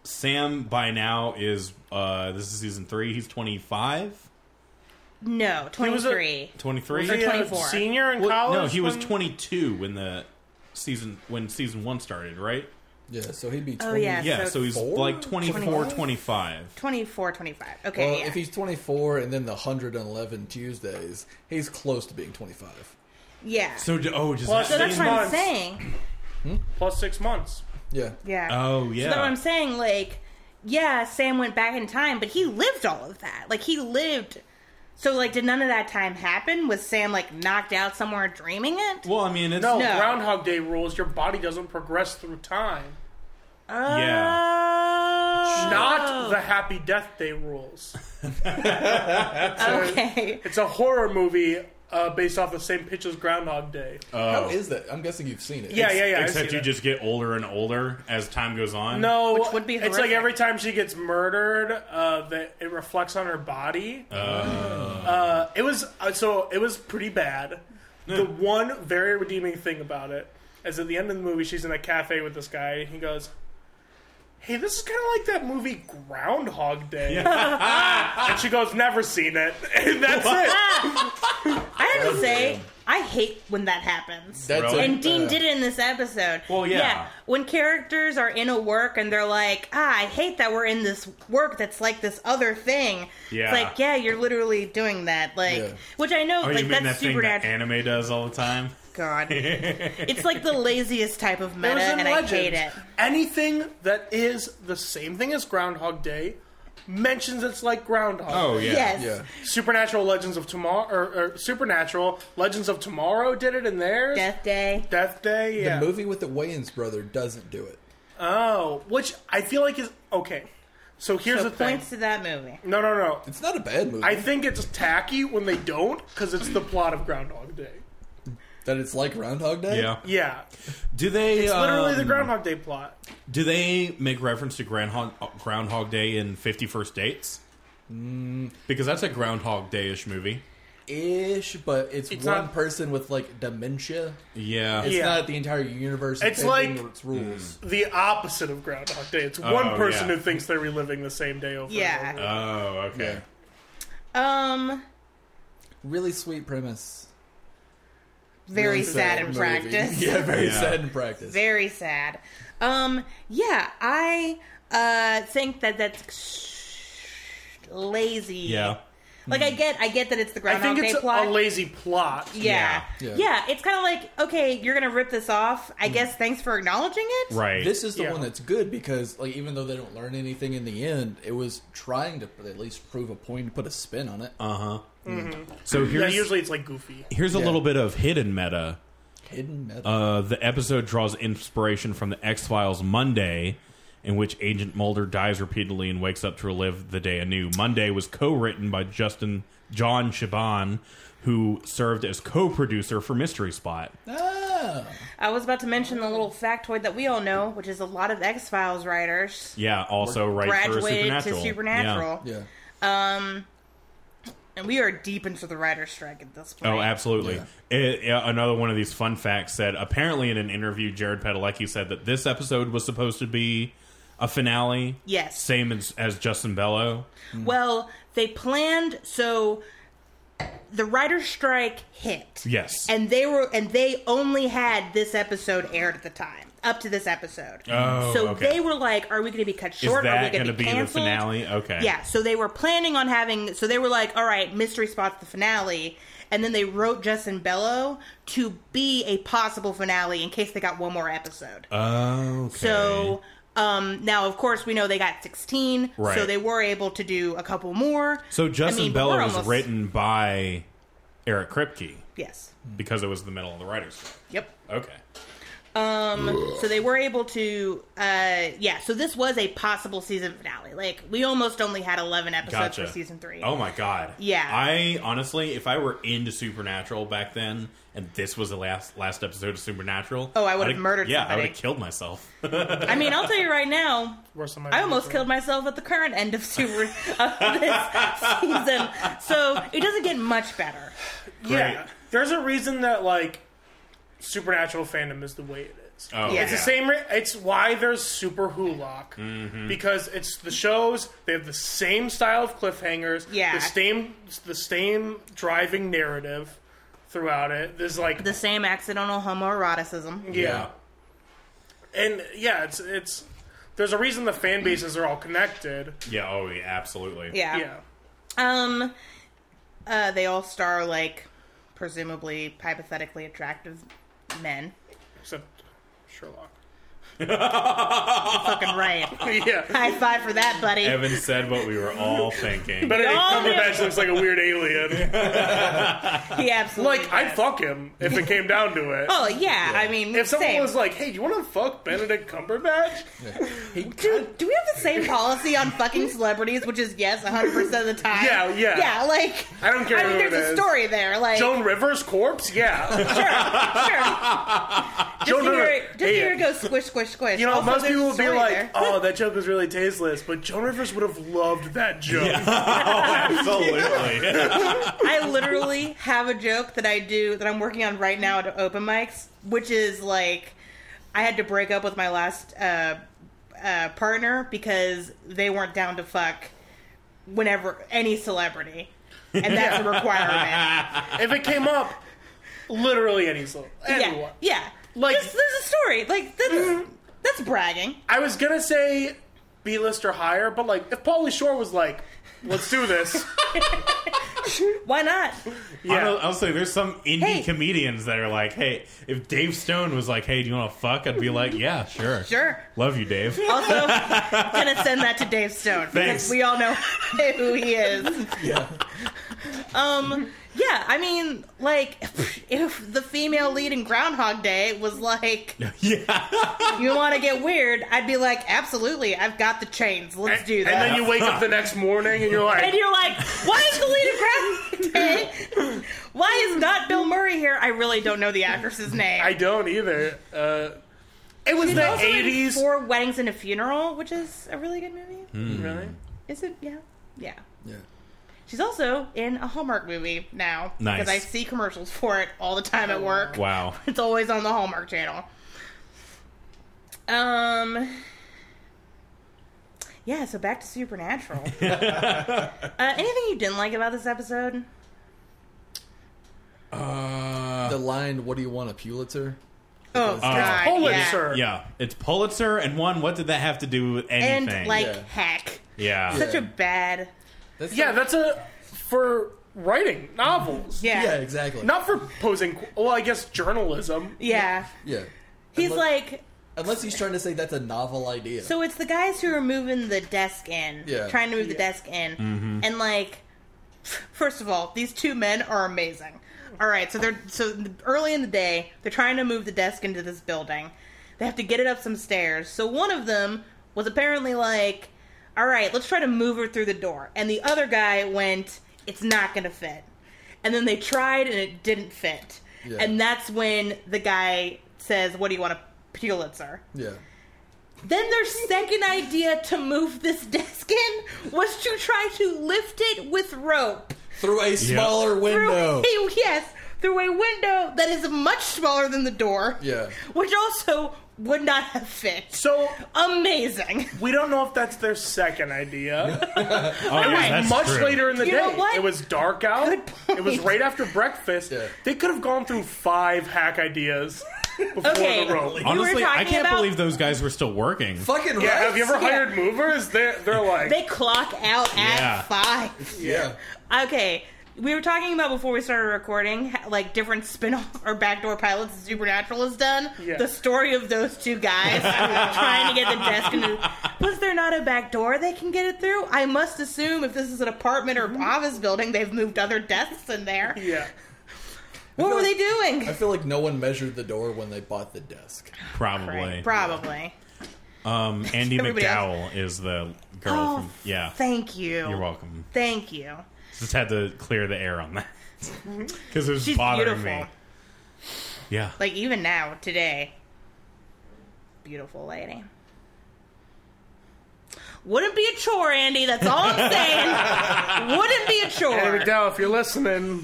B: Sam by now is uh this is season three. He's twenty five.
C: No,
D: was a-
C: 23.
B: Twenty three.
D: Was he a
C: 24.
D: senior in
B: Well,
D: college?
B: no, he was
D: when-
B: 22 when the season when season 1 started, right?
A: Yeah, so he'd be 20.
C: Oh, yeah.
B: Yeah,
C: So
B: so he's
A: four?
B: like 24
A: 25?
B: 25.
C: 24, 25. Okay.
A: Well,
C: yeah.
A: if he's 24 and then the 111 Tuesdays, he's close to being 25.
C: yeah. So,
B: So d- oh, just
D: Well, so
C: that's
D: six
C: what I'm
D: months.
C: saying.
D: plus six months.
A: Yeah.
C: Yeah.
B: Oh, yeah.
C: So that's what I'm saying. Like, yeah, Sam went back in time, but he lived all of that. Like, he lived. So, like, did none of that time happen? Was Sam, like, knocked out somewhere dreaming it?
B: well, I mean, it's
D: No,
C: No.
D: Groundhog Day rules. Your body doesn't progress through time.
C: Yeah.
D: Not the Happy Death Day rules.
C: Okay.
D: It's a horror movie uh, based off the same pitch as Groundhog Day.
C: Oh.
A: How is that? I'm guessing you've seen it.
D: yeah, yeah, yeah. I
B: except
D: see
B: you
D: that.
B: just get older and older as time goes on.
D: no.
C: Which would be
D: it's like
C: horrific.
D: every time she gets murdered, uh, that it reflects on her body. Uh, it was uh, so it was pretty bad. The one very redeeming thing about it is at the end of the movie, she's in a cafe with this guy, and he goes. Hey, this is kind of like that movie Groundhog Day. and she goes, "Never seen it." And that's it.
C: I have to say, I hate when that happens.
A: That's
B: Really?
A: a,
C: and Dean
A: uh,
C: did it in this episode.
B: Well, yeah.
C: When characters are in a work and they're like, ah, I hate that we're in this work that's like this other thing.
B: Yeah.
C: It's like, yeah, you're literally doing that. Like,
A: Yeah.
C: which I know,
B: Oh, you
C: like,
B: mean
C: that's
B: that thing that
C: supernatural.
B: anime does all the time?
C: God. it's like the laziest type of
D: It
C: meta,
D: was in
C: and I hate it.
D: Legends. Anything that is the same thing as Groundhog Day mentions it's like Groundhog.
B: Oh, yeah.
C: Yes.
A: Yeah.
D: Supernatural Legends of Tomorrow, or, or Supernatural Legends of Tomorrow did it in theirs.
C: Death Day.
D: Death Day, yeah.
A: The movie with the Wayans brother doesn't do it.
D: Oh, which I feel like is okay. So here's
C: So
D: the thing.
C: points to that movie.
D: No, no, no.
A: It's not a bad movie.
D: I think it's tacky when they don't because it's the plot of Groundhog Day.
A: that it's like Groundhog Day?
B: Yeah.
D: Yeah,
B: Do they
D: it's literally the
B: um,
D: Groundhog Day plot.
B: Do they make reference to Groundhog Groundhog Day in Fifty First Dates?
D: Mm.
B: Because that's a Groundhog Day ish movie.
A: Ish, but it's,
D: It's
A: one
D: not-
A: person with like dementia.
B: Yeah.
A: It's
D: Yeah.
A: not the entire universe.
D: It's
A: bending
D: like-
A: its rules.
D: The opposite of Groundhog Day. It's
B: Oh,
D: one person
B: yeah.
D: who thinks they're reliving the same day over.
C: Yeah.
D: And over.
B: Oh, okay.
C: Um,
A: Really sweet premise.
C: very
A: Really
C: sad in
A: movie.
C: practice.
A: Yeah, very
B: Yeah.
A: sad in practice.
C: very sad. Um, yeah, I uh think that that's lazy.
B: Yeah.
C: like I get, I get that it's the
D: I
C: Groundhog
D: think it's
C: Day
D: a,
C: plot.
D: a lazy plot.
C: yeah.
A: Yeah.
C: Yeah.
A: Yeah.
C: it's kind of like okay, you're gonna rip this off. I guess thanks for acknowledging it.
B: Right.
A: This is the
D: Yeah.
A: one that's good because, like, even though they don't learn anything in the end, it was trying to at least prove a point, put a spin on it.
B: uh huh. So
D: Yeah,
B: here's
D: usually it's like goofy.
B: here's a
A: Yeah.
B: little bit of hidden meta.
A: Hidden metal.
B: Uh, the episode draws inspiration from the X Files Monday, in which Agent Mulder dies repeatedly and wakes up to relive the day anew. Monday was co-written by Justin John Shaban, who served as co-producer for Mystery Spot.
A: Ah.
C: I was about to mention the little factoid that we all know, which is a lot of X Files writers
B: Yeah, also right for
C: graduated to
B: Supernatural.
C: Supernatural,
A: Yeah.
C: and we are deep into the writer's strike at this
B: Yeah.
C: point.
B: Oh, absolutely.
A: Yeah.
B: It- yeah, another one of these fun facts said apparently in an interview, Jared Padalecki said that this episode was supposed to be a finale.
C: Yes.
B: Same as, as Justin Bello.
C: Well, they planned so the writer's strike hit.
B: Yes.
C: And they were and they only had this episode aired at the time. Up to this episode.
B: Oh,
C: so
B: okay.
C: they were like, are we gonna be cut short?
B: Is
C: are we
B: that
C: gonna
B: going to
C: be
B: be, the
C: canceled?
B: finale? Okay.
C: Yeah, so they were planning on having so they were like, all right, mystery spot's the finale. And then they wrote Justin Bello to be a possible finale in case they got one more episode.
B: Okay.
C: So um, now, of course, we know they got 16, so
B: Right.
C: they were able to do a couple more.
B: so Justin
C: I mean, but
B: Bello
C: we're
B: was
C: almost-
B: written by Eric Kripke
C: Yes.
B: because it was the middle of the writer's. strike.
C: Yep.
B: Okay.
C: Um, so they were able to, uh, yeah. So this was a possible season finale. Like we almost only had 11 episodes
B: Gotcha.
C: for season three.
B: Oh my god.
C: Yeah.
B: I honestly, if I were into Supernatural back then, and this was the last last episode of Supernatural,
C: Oh, I would've
B: I'd-
C: murdered
B: Yeah, I
C: somebody.
B: would have killed myself.
C: I mean, I'll tell you right now,
D: Worse than my
C: I almost killed myself at the current end of super of this season. So it doesn't get much better.
D: Yeah,
B: Great.
D: there's a reason that like supernatural fandom is the way it
B: Oh,
C: Yeah.
D: It's the same. Re- it's why there's Super Hulock
B: Mm-hmm.
D: because it's the shows. They have the same style of cliffhangers.
C: Yeah.
D: the same the same driving narrative throughout it. There's like
C: The same accidental homoeroticism.
D: yeah. and yeah, it's it's there's a reason the fan bases are all connected.
B: Yeah. Oh, yeah. Absolutely.
C: Yeah.
D: Yeah,
C: Um, uh, they all star like presumably hypothetically attractive men.
D: except Sherlock.
C: Fucking right.
D: yeah,
C: High five for that, buddy.
B: Evan said what we were all thinking.
D: Benedict
C: Oh, yeah.
D: Cumberbatch looks like a weird alien.
C: He absolutely.
D: Like I'd fuck him if it came down to it.
C: oh yeah, I mean,
D: If someone
C: same.
D: was like, "Hey, do you want to fuck Benedict Cumberbatch?"
C: Dude, do we have the same policy on fucking celebrities, which is yes, 100% of the time?
D: Yeah, yeah.
C: Yeah, like,
D: I don't care
C: I mean,
D: who it
C: there's a
D: is.
C: story there. Like,
D: Joan Rivers' corpse? Yeah.
C: sure, sure. Just
D: Joan
C: hear
D: Rivers.
C: it, just
D: Hey, uh,
C: hear it go squish, squish, squish.
D: You know,
C: Also,
D: most
C: there's a
D: people would be
C: story
D: like,
C: there.
D: oh, that joke was really tasteless, but Joan Rivers would have loved that joke.
B: absolutely.
C: I literally have a joke that I do that I'm working on right now at open mics, which is like I had to break up with my last uh, uh, partner because they weren't down to fuck whenever any celebrity, and that's a requirement.
D: If it came up, literally any slope.
C: yeah,
D: Anyone.
C: yeah.
D: Like-
C: there's, there's a story. Like that's that's bragging.
D: I was going to say B list or higher, but like, if Paulie Shore was like, let's do this,
C: Why not?
B: I
D: yeah.
B: don't- I'll say there's some indie
C: Hey.
B: comedians that are like, hey, if Dave Stone was like, hey, do you want to fuck? I'd be like, yeah, sure.
C: Sure.
B: Love you, Dave.
C: Also, gonna send that to Dave Stone
B: Thanks.
C: because we all know who he is. Yeah. Um. Yeah. I mean, like, if the female lead in Groundhog Day was like,
B: yeah.
C: "You want to get weird?" I'd be like, "Absolutely. I've got the chains. Let's
D: And
C: do that."
D: then you wake up the next morning and you're
C: And
D: like,
C: you're like, why is the lead of Groundhog Day? Why is not Bill Murray here? I really don't know the actress's name.
D: I don't either. Uh, it was the
C: Also in
D: 80s.
C: Four Weddings and a Funeral, which is a really good movie.
D: Hmm. Really?
C: Is it? Yeah. Yeah.
A: Yeah.
C: She's also in a Hallmark movie now.
B: Nice.
C: Because I see commercials for it all the time at work.
B: Wow.
C: It's always on the Hallmark channel. Um. Yeah, so back to Supernatural. uh, anything you didn't like about this episode?
B: uh.
A: the line, "What do you want, a Pulitzer?"
C: Oh, God. yeah.
D: Pulitzer.
B: Yeah. It's Pulitzer and one. What did that have to do with
C: And,
B: anything?
C: like,
A: Yeah.
C: heck.
B: yeah.
C: Such a bad.
A: That's
D: Yeah,
A: not-
D: that's a. for writing novels.
C: Yeah.
A: yeah,
C: Yeah.
A: exactly.
D: Not for posing. Well, I guess journalism.
A: yeah.
C: He's
A: Unle-
C: like,
A: unless he's trying to say that's a novel idea.
C: So it's the guys who are moving the desk in,
A: Yeah. Mm-hmm.
C: trying to move the desk in, and like, first of all, these two men are amazing. All right, so they're so early in the day, they're trying to move the desk into this building. They have to get it up some stairs. So one of them was apparently like, "All right, let's try to move her through the door," and the other guy went, "It's not going to fit." And then they tried, and it didn't fit.
A: Yeah.
C: And that's when the guy says, "What do you want a Pulitzer?"
A: yeah,
C: Then their second idea to move this desk in was to try to lift it with rope.
A: through a smaller
C: Through
A: window.
C: a, yes, through a window that is much smaller than the door.
A: Yeah.
C: Which also would not have fit.
D: So
C: Amazing.
D: we don't know if that's their second idea.
B: Oh, yeah, that's
D: Much
B: true.
D: later in the
C: You know
D: day,
C: what?
D: it was dark out.
C: Good point.
D: It was right after breakfast.
A: Yeah.
D: They could have gone through five hack idedes before
C: Okay.
D: the rope.
C: were
B: Honestly, I
C: talking
B: can't
C: about-
B: believe those guys were still working.
A: Fucking
D: Yeah,
A: right.
D: have you ever
C: Yeah.
D: hired movers? They're, they're like,
C: They clock out at
B: Yeah.
C: five.
A: yeah,
C: Okay. We were talking about before we started recording, ha- like different spin-off or backdoor pilots that Supernatural has done.
D: Yeah.
C: The story of those two guys trying to get the desk into. Was there not a back door they can get it through? I must assume if this is an apartment or office building, they've moved other desks in there.
D: Mm-hmm. yeah.
C: What were they
A: like-
C: doing?
A: I feel like no one measured the door when they bought the desk.
B: Probably.
C: Probably.
B: Um, Andy
C: Everybody
B: McDowell is the girl
C: Oh,
B: from. Yeah.
C: Thank you.
B: You're welcome.
C: Thank you.
B: Just had to clear the air on that because it was
C: Mm-hmm. She's
B: bothering
C: beautiful.
B: me. Yeah.
C: Like even now, today, beautiful lady. Wouldn't be a chore, Andy. That's all I'm saying. Wouldn't be a
D: There
C: chore.
D: we go. If you're listening,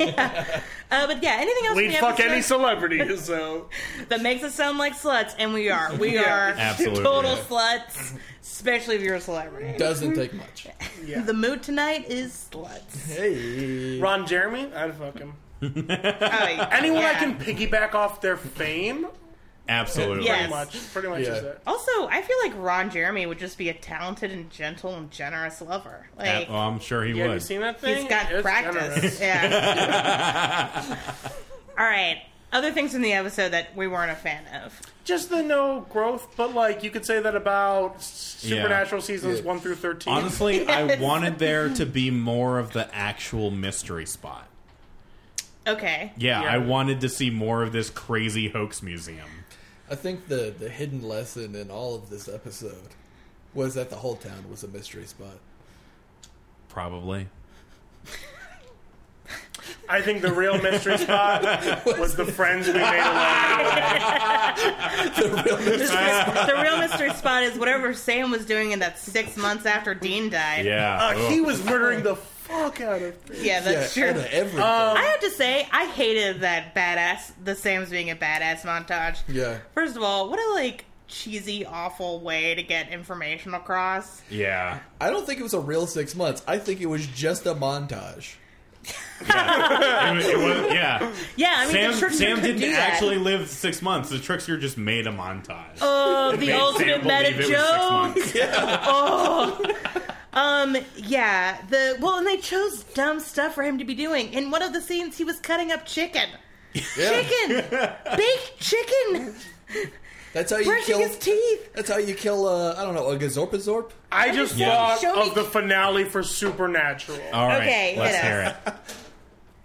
C: Uh, but yeah, anything else? in
D: we'd
C: the
D: fuck any
C: episode
D: celebrity. So
C: that makes us sound like sluts, and we are. We are
B: Absolutely.
C: total sluts, especially if you're a celebrity.
A: Doesn't take much.
C: The mood tonight is sluts.
A: Hey.
D: Ron Jeremy, I'd fuck him.
C: Oh,
D: Anyone I
C: yeah.
D: can piggyback off their fame,
B: Absolutely.
C: Yes.
D: pretty much. Pretty much
A: Yeah.
D: is it.
C: Also, I feel like Ron Jeremy would just be a talented and gentle and generous lover.
B: Ab-
C: Like
B: oh, I'm sure he
D: Yeah, have you
B: would.
D: seen that thing?
C: he's got
D: It's generous.
C: practice. Yeah. All right. Other things in the episode that we weren't a fan of.
D: Just the no growth, but like you could say that about Supernatural seasons
A: Yeah.
D: one through thirteen.
B: Honestly, I
C: Yes.
B: wanted there to be more of the actual mystery spot.
C: Okay.
B: Yeah,
D: Yeah.
B: I wanted to see more of this crazy hoax museum.
A: I think the, the hidden lesson in all of this episode was that the whole town was a mystery spot.
B: Probably.
D: I think the real mystery spot was the friends we made along the way.
C: the real mystery spot is whatever Sam was doing in that six months after Dean died.
B: Yeah.
D: Uh, he was murdering the fuck out of.
C: Yeah, that's
A: yeah, out
C: true. Um,
A: of everything.
C: I have to say, I hated that badass, the Sam's being a badass montage.
A: yeah.
C: First of all, what a like cheesy, awful way to get information across.
B: yeah.
A: I don't think it was a real six months. I think it was just a montage.
B: It was- it was- yeah.
C: Yeah, I mean,
B: Sam,
C: the Trickster
B: Sam
C: could do
B: didn't
C: that.
B: actually live six months. The trickster just made a montage.
C: Oh, the
B: Made
C: ultimate
B: Sam believe
C: meta
B: it was six
C: joke.
B: months.
C: Um, yeah, the well, and they chose dumb stuff for him to be doing. In one of the scenes, he was cutting up chicken,
A: Yeah.
C: chicken, baked chicken,
A: That's how you
C: brushing
A: kill.
C: his teeth.
A: That's how you kill. Uh, I don't know a gazorpazorp.
D: I just
B: Yeah.
D: thought
C: Show me-
D: of the finale for Supernatural.
B: All right.
C: Okay,
B: let's
C: hit
B: hear it.
C: us.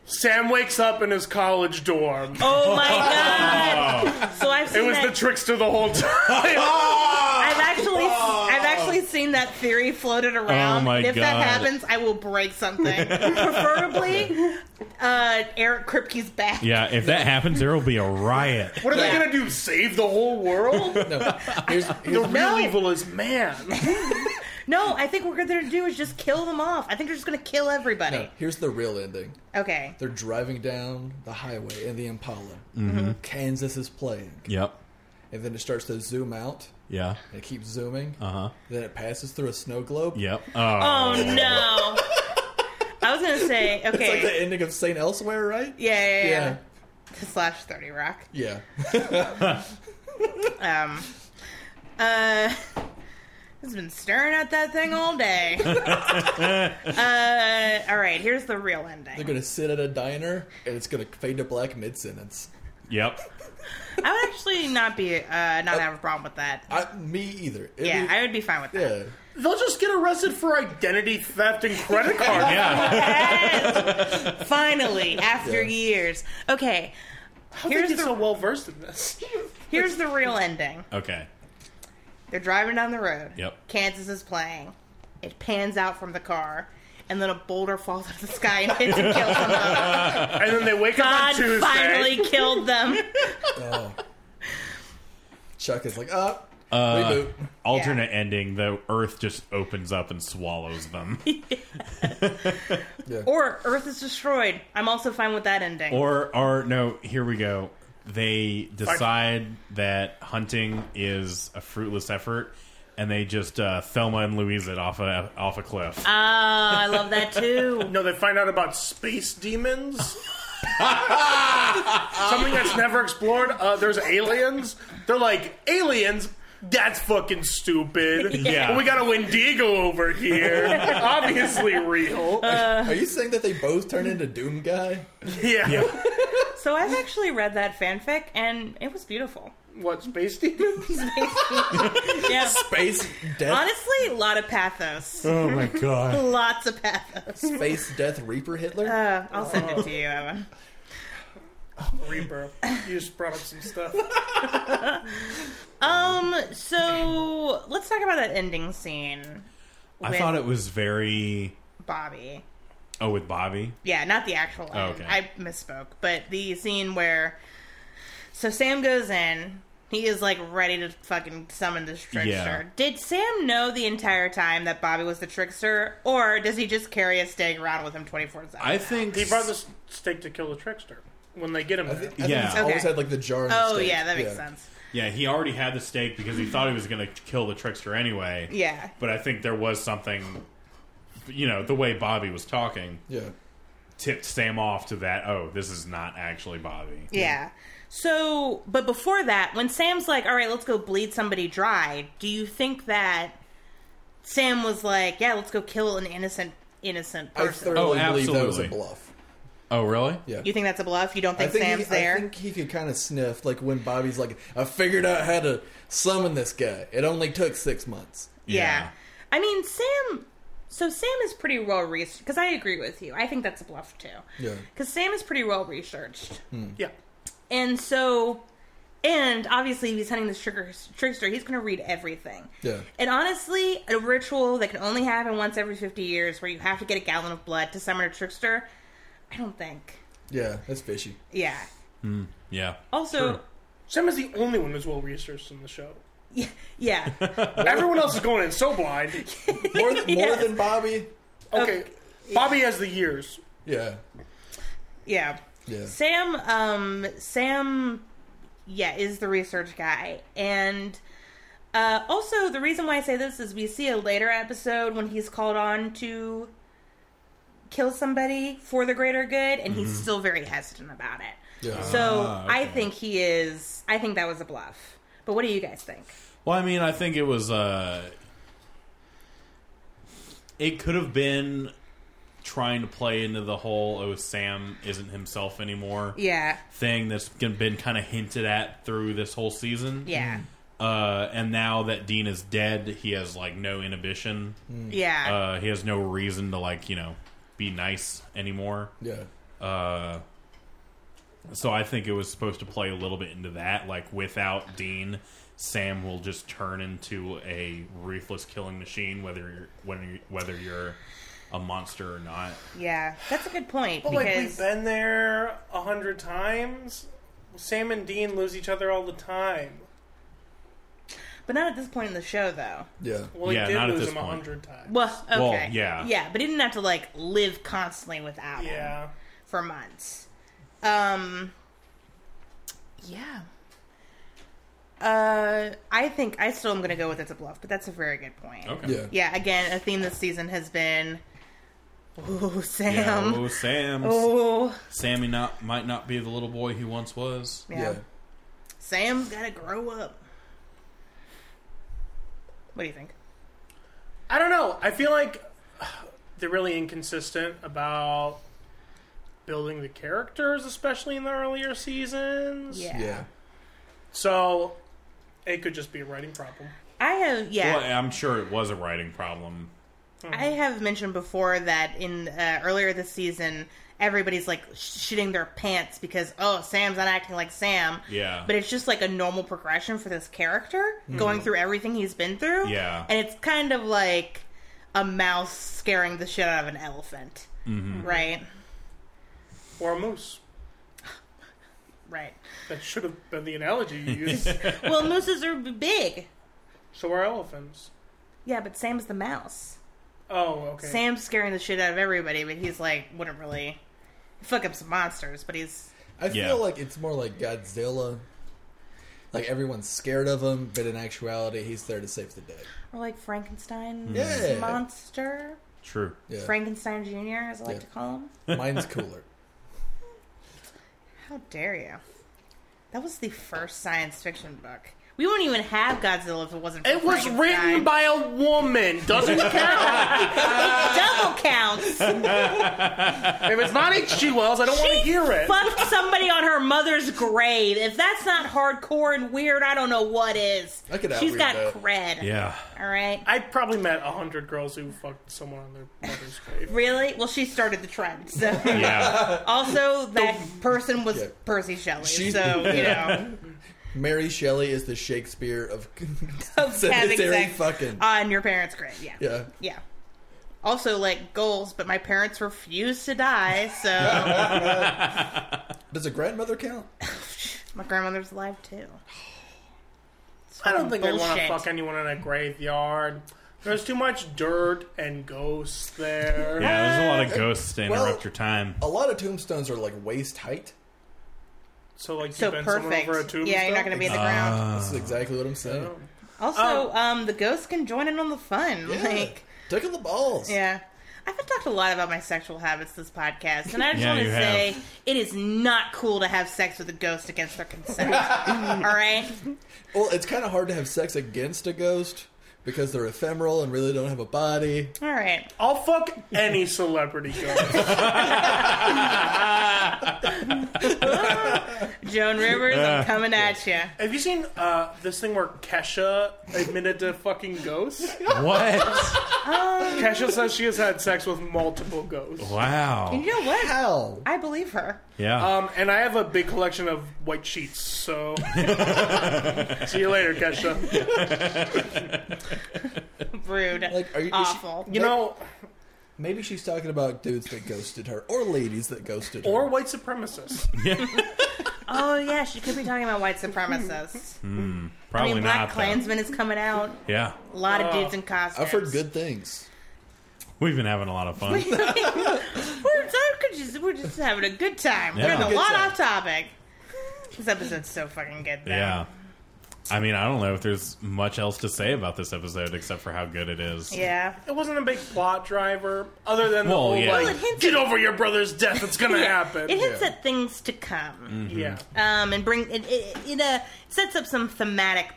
D: Sam wakes up in his college dorm.
C: Oh my god! So I've
D: It
C: seen
D: was
C: that.
D: the trickster the whole time.
C: I've actually, I've actually seen that theory floated around.
B: Oh my
C: if
B: God.
C: that happens, I will break something, preferably uh, Eric Kripke's back.
B: Yeah, if that happens, there will be a riot.
D: what are they
C: Yeah.
D: gonna do? Save the whole world?
A: No, here's,
D: The
A: here's
D: real
C: No.
D: evil is man.
C: No, I think what we're gonna do is just kill them off. I think they're just gonna kill everybody.
A: no, here's the real ending.
C: Okay.
A: They're driving down the highway in the Impala. Kansas is playing,
B: Yep.
A: and then it starts to zoom out.
B: Yeah.
A: And it keeps zooming.
B: Uh huh.
A: Then it passes through a snow globe.
B: Yep. Oh.
C: Oh no. I was gonna say,
A: It's like
C: okay.
A: the ending of Saint Elsewhere, right?
C: yeah, yeah, yeah,
A: Yeah.
C: The Slash 30 Rock.
A: Yeah.
C: Um, uh, has been staring at that thing all day. uh, all right, here's the real
A: They're
C: ending.
A: gonna sit at a diner, and it's gonna fade to black mid sentence.
B: Yep.
C: I would actually not be, uh, not have a problem with that.
A: I, me either. It'd
C: Yeah,
A: be-
C: I would be fine with that.
A: yeah.
D: They'll just get arrested for identity theft and credit card.
B: Yeah.
C: And finally, after
A: Yeah.
C: years. Okay,
D: How here's
C: Here's
D: get
C: the-
D: so well versed in this.
C: here's the real ending.
B: Okay.
C: They're driving down the road.
B: Yep.
C: Kansas is playing. It pans out from the car, and then a boulder falls out of the sky and hits and kills them.
D: And then they wake up on
C: God
D: Tuesday.
C: finally killed them.
A: Oh. Chuck is like, ah,
B: Uh,
A: reboot.
B: alternate ending: the Earth just opens up and swallows them,
C: Or Earth is destroyed. I'm also fine with that ending.
B: or or no. Here we go. They decide that hunting is a fruitless effort, and they just uh, Thelma and Louise it off a off a cliff.
C: Ah, I love that too.
D: No, they find out about space demons. Something that's never explored. Uh, there's aliens. They're like aliens. That's fucking stupid.
B: Yeah.
D: But we got a Wendigo over here. Obviously real.
C: Uh,
A: Are you saying that they both turn into Doom Guy?
D: yeah.
C: So I've actually read that fanfic, and it was beautiful.
D: What space demons?
C: Yeah.
A: Space Death,
C: Honestly, a lot of pathos.
B: oh my god!
C: Lots of pathos.
A: Space Death Reaper Hitler.
C: Uh, I'll send it to you, Evan.
D: Reaper. You just brought up some stuff.
C: Um, so let's talk about that ending scene.
B: I
C: With
B: thought it was very
C: Bobby.
B: oh with Bobby.
C: Yeah, not the actual end.
B: Oh, okay.
C: I misspoke, but the scene where so Sam goes in He is like ready to fucking summon this trickster.
B: Yeah.
C: Did Sam know the entire time that Bobby was the trickster, or does he just carry a stake around with him twenty four seven?
B: I think
D: He brought this stake to kill the trickster when they get him.
A: I
D: There.
A: think, I
B: Yeah.
A: think he's always
C: Okay.
A: had like the jar. in his
C: Oh
A: state.
C: yeah, that makes sense.
B: yeah, he already had the stake because he thought he was going to kill the trickster anyway.
C: Yeah,
B: But I think there was something, you know, the way Bobby was talking
A: Yeah,
B: tipped Sam off to that. Oh, this is not actually Bobby.
C: yeah. So, but before that, when Sam's like, "All right, let's go bleed somebody dry," do you think that Sam was like, "Yeah, let's go kill an innocent innocent
A: I
C: person"?
A: thoroughly
B: Oh,
A: believe that was a
B: absolutely.
A: bluff.
B: Oh, really?
A: Yeah,
C: you think that's a bluff? You don't
A: I
C: think,
A: think
C: Sam's
A: he,
C: there?
A: I think he could kind of sniff like when Bobby's like, "I figured out how to summon this guy. It only took six months."
C: Yeah.
B: Yeah.
C: I mean, Sam. So Sam is pretty well researched because I agree with you. I think that's a bluff too.
A: Yeah.
C: Because Sam is pretty well researched,
D: Yeah.
C: and so, and obviously if he's hunting this trigger, trickster. He's going to read everything.
A: Yeah.
C: And honestly, a ritual that can only happen once every fifty years, where you have to get a gallon of blood to summon a trickster. I don't think.
A: Yeah, that's fishy.
C: Yeah.
B: Yeah.
C: Also,
D: Sam is the only one who's well researched in the show.
C: yeah, yeah.
D: Everyone else is going in so blind.
A: More, th- more
C: Yes.
A: than Bobby.
D: Okay, Bobby has the years.
A: Yeah,
C: yeah.
A: yeah.
C: Sam, um, Sam, yeah, is the research guy, and uh, also the reason why I say this is we see a later episode when he's called on to kill somebody for the greater good, and he's still very hesitant about it.
A: Yeah.
C: So
B: Mm-hmm. Ah,
C: I
B: okay.
C: think he is. I think that was a bluff. But what do you guys think?
B: Well, I mean, I think it was. Uh, it could have been trying to play into the whole "oh, Sam isn't himself anymore"
C: Yeah,
B: thing that's been kind of hinted at through this whole season.
C: yeah,
B: Uh, and now that Dean is dead, he has like no inhibition.
C: yeah,
B: Uh, he has no reason to like you know be nice anymore.
A: Yeah.
B: Uh, so I think it was supposed to play a little bit into that. Like without Dean, Sam will just turn into a ruthless killing machine, whether you're, when you whether you're a monster or not.
C: yeah. That's a good point
D: But like we've
C: because
D: been there a hundred times. Sam and Dean lose each other all the time.
C: but not at this point in the show though.
A: Yeah.
D: Well, he
B: Yeah,
D: did
B: not at
D: lose
B: this
D: him a
B: point.
D: hundred times.
C: Well, okay,
B: Well, yeah.
C: yeah, but he didn't have to like live constantly without him.
D: yeah,
C: for months. Um, yeah. Uh, I think I still am going to go with it's a bluff, but that's a very good point.
B: Okay.
A: Yeah.
C: Yeah, again, a theme this season has been, ooh,
B: Yeah,
C: Sam.
B: oh, Sam.
C: oh,
B: Sammy not might not be the little boy he once was.
C: yeah.
A: Yeah.
C: Sam's got to grow up. What do you think?
D: I don't know. I feel like they're really inconsistent about building the characters, especially in the earlier seasons.
C: Yeah.
A: Yeah. Yeah.
D: So it could just be a writing problem.
C: I have, yeah.
B: Well, I'm sure it was a writing problem.
C: I have mentioned before that in uh, earlier this season, everybody's like sh- shitting their pants because oh, Sam's not acting like Sam.
B: Yeah. Mm-hmm.
C: but it's just like a normal progression for this character going through everything he's been through.
B: Yeah.
C: and it's kind of like a mouse scaring the shit out of an elephant,
B: Mm-hmm.
C: right?
D: Or a moose.
C: Right.
D: That should have been the analogy you used.
C: well, mooses are b- big.
D: so are elephants.
C: Yeah, but Sam's the mouse.
D: Oh, okay.
C: Sam's scaring the shit out of everybody, but he's like wouldn't really fuck up some monsters, but he's
A: I feel
B: Yeah.
A: like it's more like Godzilla. Like everyone's scared of him, but in actuality, he's there to save the day.
C: or like Frankenstein
A: Yeah.
C: monster.
B: True.
A: Hmm. Yeah.
C: Frankenstein Jr., as I like
A: Yeah.
C: to call him.
A: Mine's cooler.
C: How dare you? That was the first science fiction book. We wouldn't even have Godzilla if it wasn't for
D: it was written
C: Frankenstein.
D: by a woman. Doesn't count.
C: Double counts!
D: if it's not H.G. Wells, I don't want to
C: She
D: hear it.
C: fucked somebody on her mother's grave. If that's not hardcore and weird, I don't know what is.
A: I could
C: She's
A: outweird
C: got
A: that.
C: cred.
B: Yeah.
C: All right.
D: I probably met a hundred girls who fucked someone on their mother's grave.
C: Really? Well, she started the trend. So
B: Yeah.
C: also that person was
A: Yeah.
C: Percy Shelley.
A: She-
C: so you know,
A: Mary Shelley is the Shakespeare of
C: of Uh, having
A: cemetery
C: sex
A: fucking.
C: on your parents' grave. Yeah.
A: Yeah.
C: Yeah. Also, like goals, but my parents refused to die, so
A: Does a grandmother count?
C: my grandmother's alive too.
D: I don't think I want to
C: Bullshit.
D: fuck anyone in a graveyard. There's too much dirt and ghosts there.
B: Yeah, there's a lot of ghosts to
A: Well-
B: interrupt your time.
A: A lot of tombstones are like waist height.
D: So like you
C: So
D: bend
C: perfect.
D: someone over a tomb.
C: Yeah, you're not going to be in
B: Ah.
C: the ground.
A: This is
B: Uh-huh.
A: exactly what I'm saying.
D: Oh.
C: Also, um, the ghosts can join in on the fun.
A: Yeah.
C: Like,
A: Tickle the balls.
C: yeah. I've talked a lot about my sexual habits this podcast, and I just
B: Yeah,
C: want to
B: you have.
C: say it is not cool to have sex with a ghost against their consent. All right?
A: Well, it's kind of hard to have sex against a ghost because they're ephemeral and really don't have a body.
C: All right.
D: I'll fuck any celebrity ghost.
C: Joan Rivers, I'm coming at you.
D: Have you seen uh, this thing where Kesha admitted to fucking ghosts?
A: oh.
B: What?
D: Kesha says she has had sex with multiple ghosts.
B: wow.
C: You Uh, know what?
A: How?
C: I believe her.
B: Yeah.
D: Um, and I have a big collection of white sheets, so see you later, Kesha.
C: Rude.
A: Like, are you- is she-
C: Awful.
D: You know,
A: Maybe she's talking about dudes that ghosted her or ladies that ghosted her.
D: or white supremacists.
C: oh, yeah, she could be talking about white supremacists. I
B: Probably
C: mean,
B: not.
C: Black
B: though.
C: Klansman is coming out.
B: Yeah.
C: A lot of dudes in costumes.
A: I've heard good things.
B: We've been having a lot of fun.
C: We're, so- we're just, we're just having a good time.
B: Yeah.
C: We're in a
B: Good
C: lot off topic. This episode's so fucking good, though.
B: Yeah. I mean, I don't know if there's much else to say about this episode except for how good it is.
C: Yeah.
D: It wasn't a big plot driver, other than
B: Well,
D: the whole
B: yeah. Well,
C: it
D: like,
C: hints
D: get
C: at-
D: over your brother's death. It's gonna happen.
C: It hints
A: Yeah.
C: at things to come,
B: Mm-hmm.
D: yeah,
B: Mm.
C: um, and bring it. It, it uh, sets up some thematic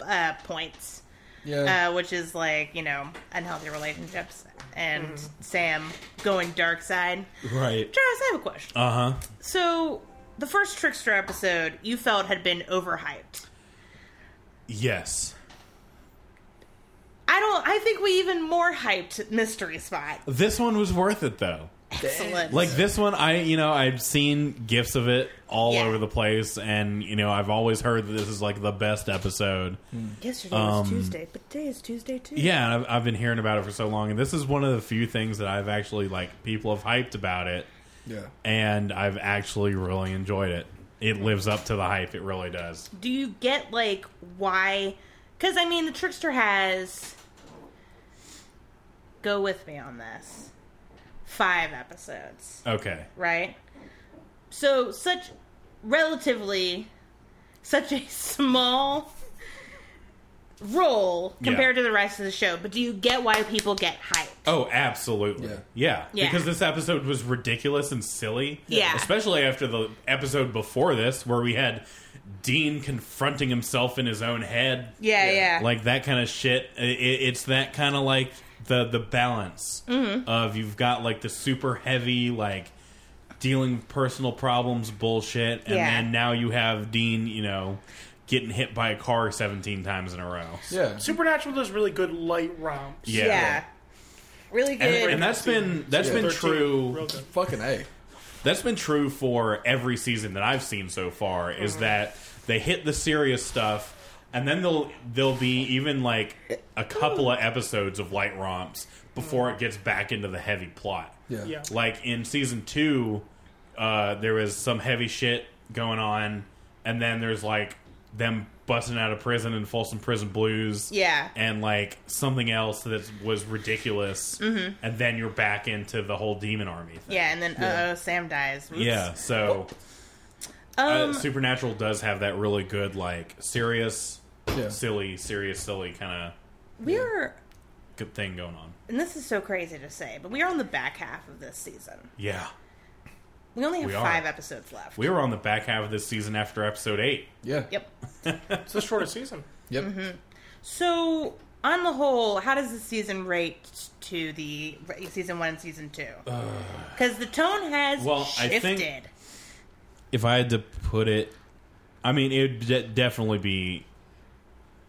C: uh, points,
A: Yeah.
C: uh, which is like you know unhealthy relationships and Sam going dark side.
B: Right.
C: Travis, I have a question.
B: Uh huh.
C: so the first trickster episode you felt had been overhyped.
B: Yes.
C: I don't. I think we even more hyped Mystery Spot.
B: This one was worth it though.
C: Uh, Excellent.
B: Like this one, I you know I've seen gifs of it all
C: Yeah.
B: over the place, and you know I've always heard that this is like the best episode.
C: yesterday was Tuesday, but today is Tuesday too.
B: Yeah, and I've, I've been hearing about it for so long, and this is one of the few things that I've actually like people have hyped about it,
A: yeah.
B: and I've actually really enjoyed it. It lives up to the hype. It really does.
C: do you get like why because i mean the trickster has go with me on this five episodes
B: Okay.
C: right so such relatively such a small role
B: Yeah.
C: compared to the rest of the show but do you get why people get hyped
B: Oh, absolutely.
A: Yeah.
B: Yeah.
C: Yeah.
B: Because this episode was ridiculous and silly.
C: Yeah.
B: Especially after the episode before this, where we had Dean confronting himself in his own head.
C: yeah yeah,
B: Like that kind of shit. I- i it's that kind of like the, the balance
C: Mm-hmm.
B: of you've got like the super heavy, like dealing with personal problems bullshit. And
C: Yeah.
B: then now you have Dean, you know, getting hit by a car 17 times in a row.
A: Yeah.
D: Supernatural does really good light romps.
B: Yeah.
C: Yeah. really good
B: And, and that's been that's
A: Yeah.
B: been
D: 13,
B: true.
D: real good.
A: Fucking A.
B: that's been true for every season that I've seen so far is that they hit the serious stuff and then they'll they'll be even like a couple of episodes of light romps before it gets back into the heavy plot.
A: Yeah.
D: Yeah.
B: Like in season 2 uh there was some heavy shit going on and then there's like them busting out of prison in Folsom Prison Blues
C: yeah
B: and like something else that was ridiculous and then you're back into the whole demon army thing.
C: yeah and then uh-oh sam dies Oops.
B: Yeah, so uh, Supernatural does have that really good, like serious,
A: Yeah.
B: silly, serious, silly kind
C: we are
B: of good thing going on.
C: and this is so crazy to say, but we are on the back half of this season.
B: Yeah,
C: We only have
B: We are.
C: five episodes left.
B: we were on the back half of this season after episode eight.
A: Yeah.
C: yep. Mm-hmm.
D: It's the shortest season.
A: Yep.
C: So, on the whole, how does the season rate to the season one and season two? Because the tone has
B: Uh, Well, I
C: shifted.
B: think- If I had to put it, I mean, it would de- definitely be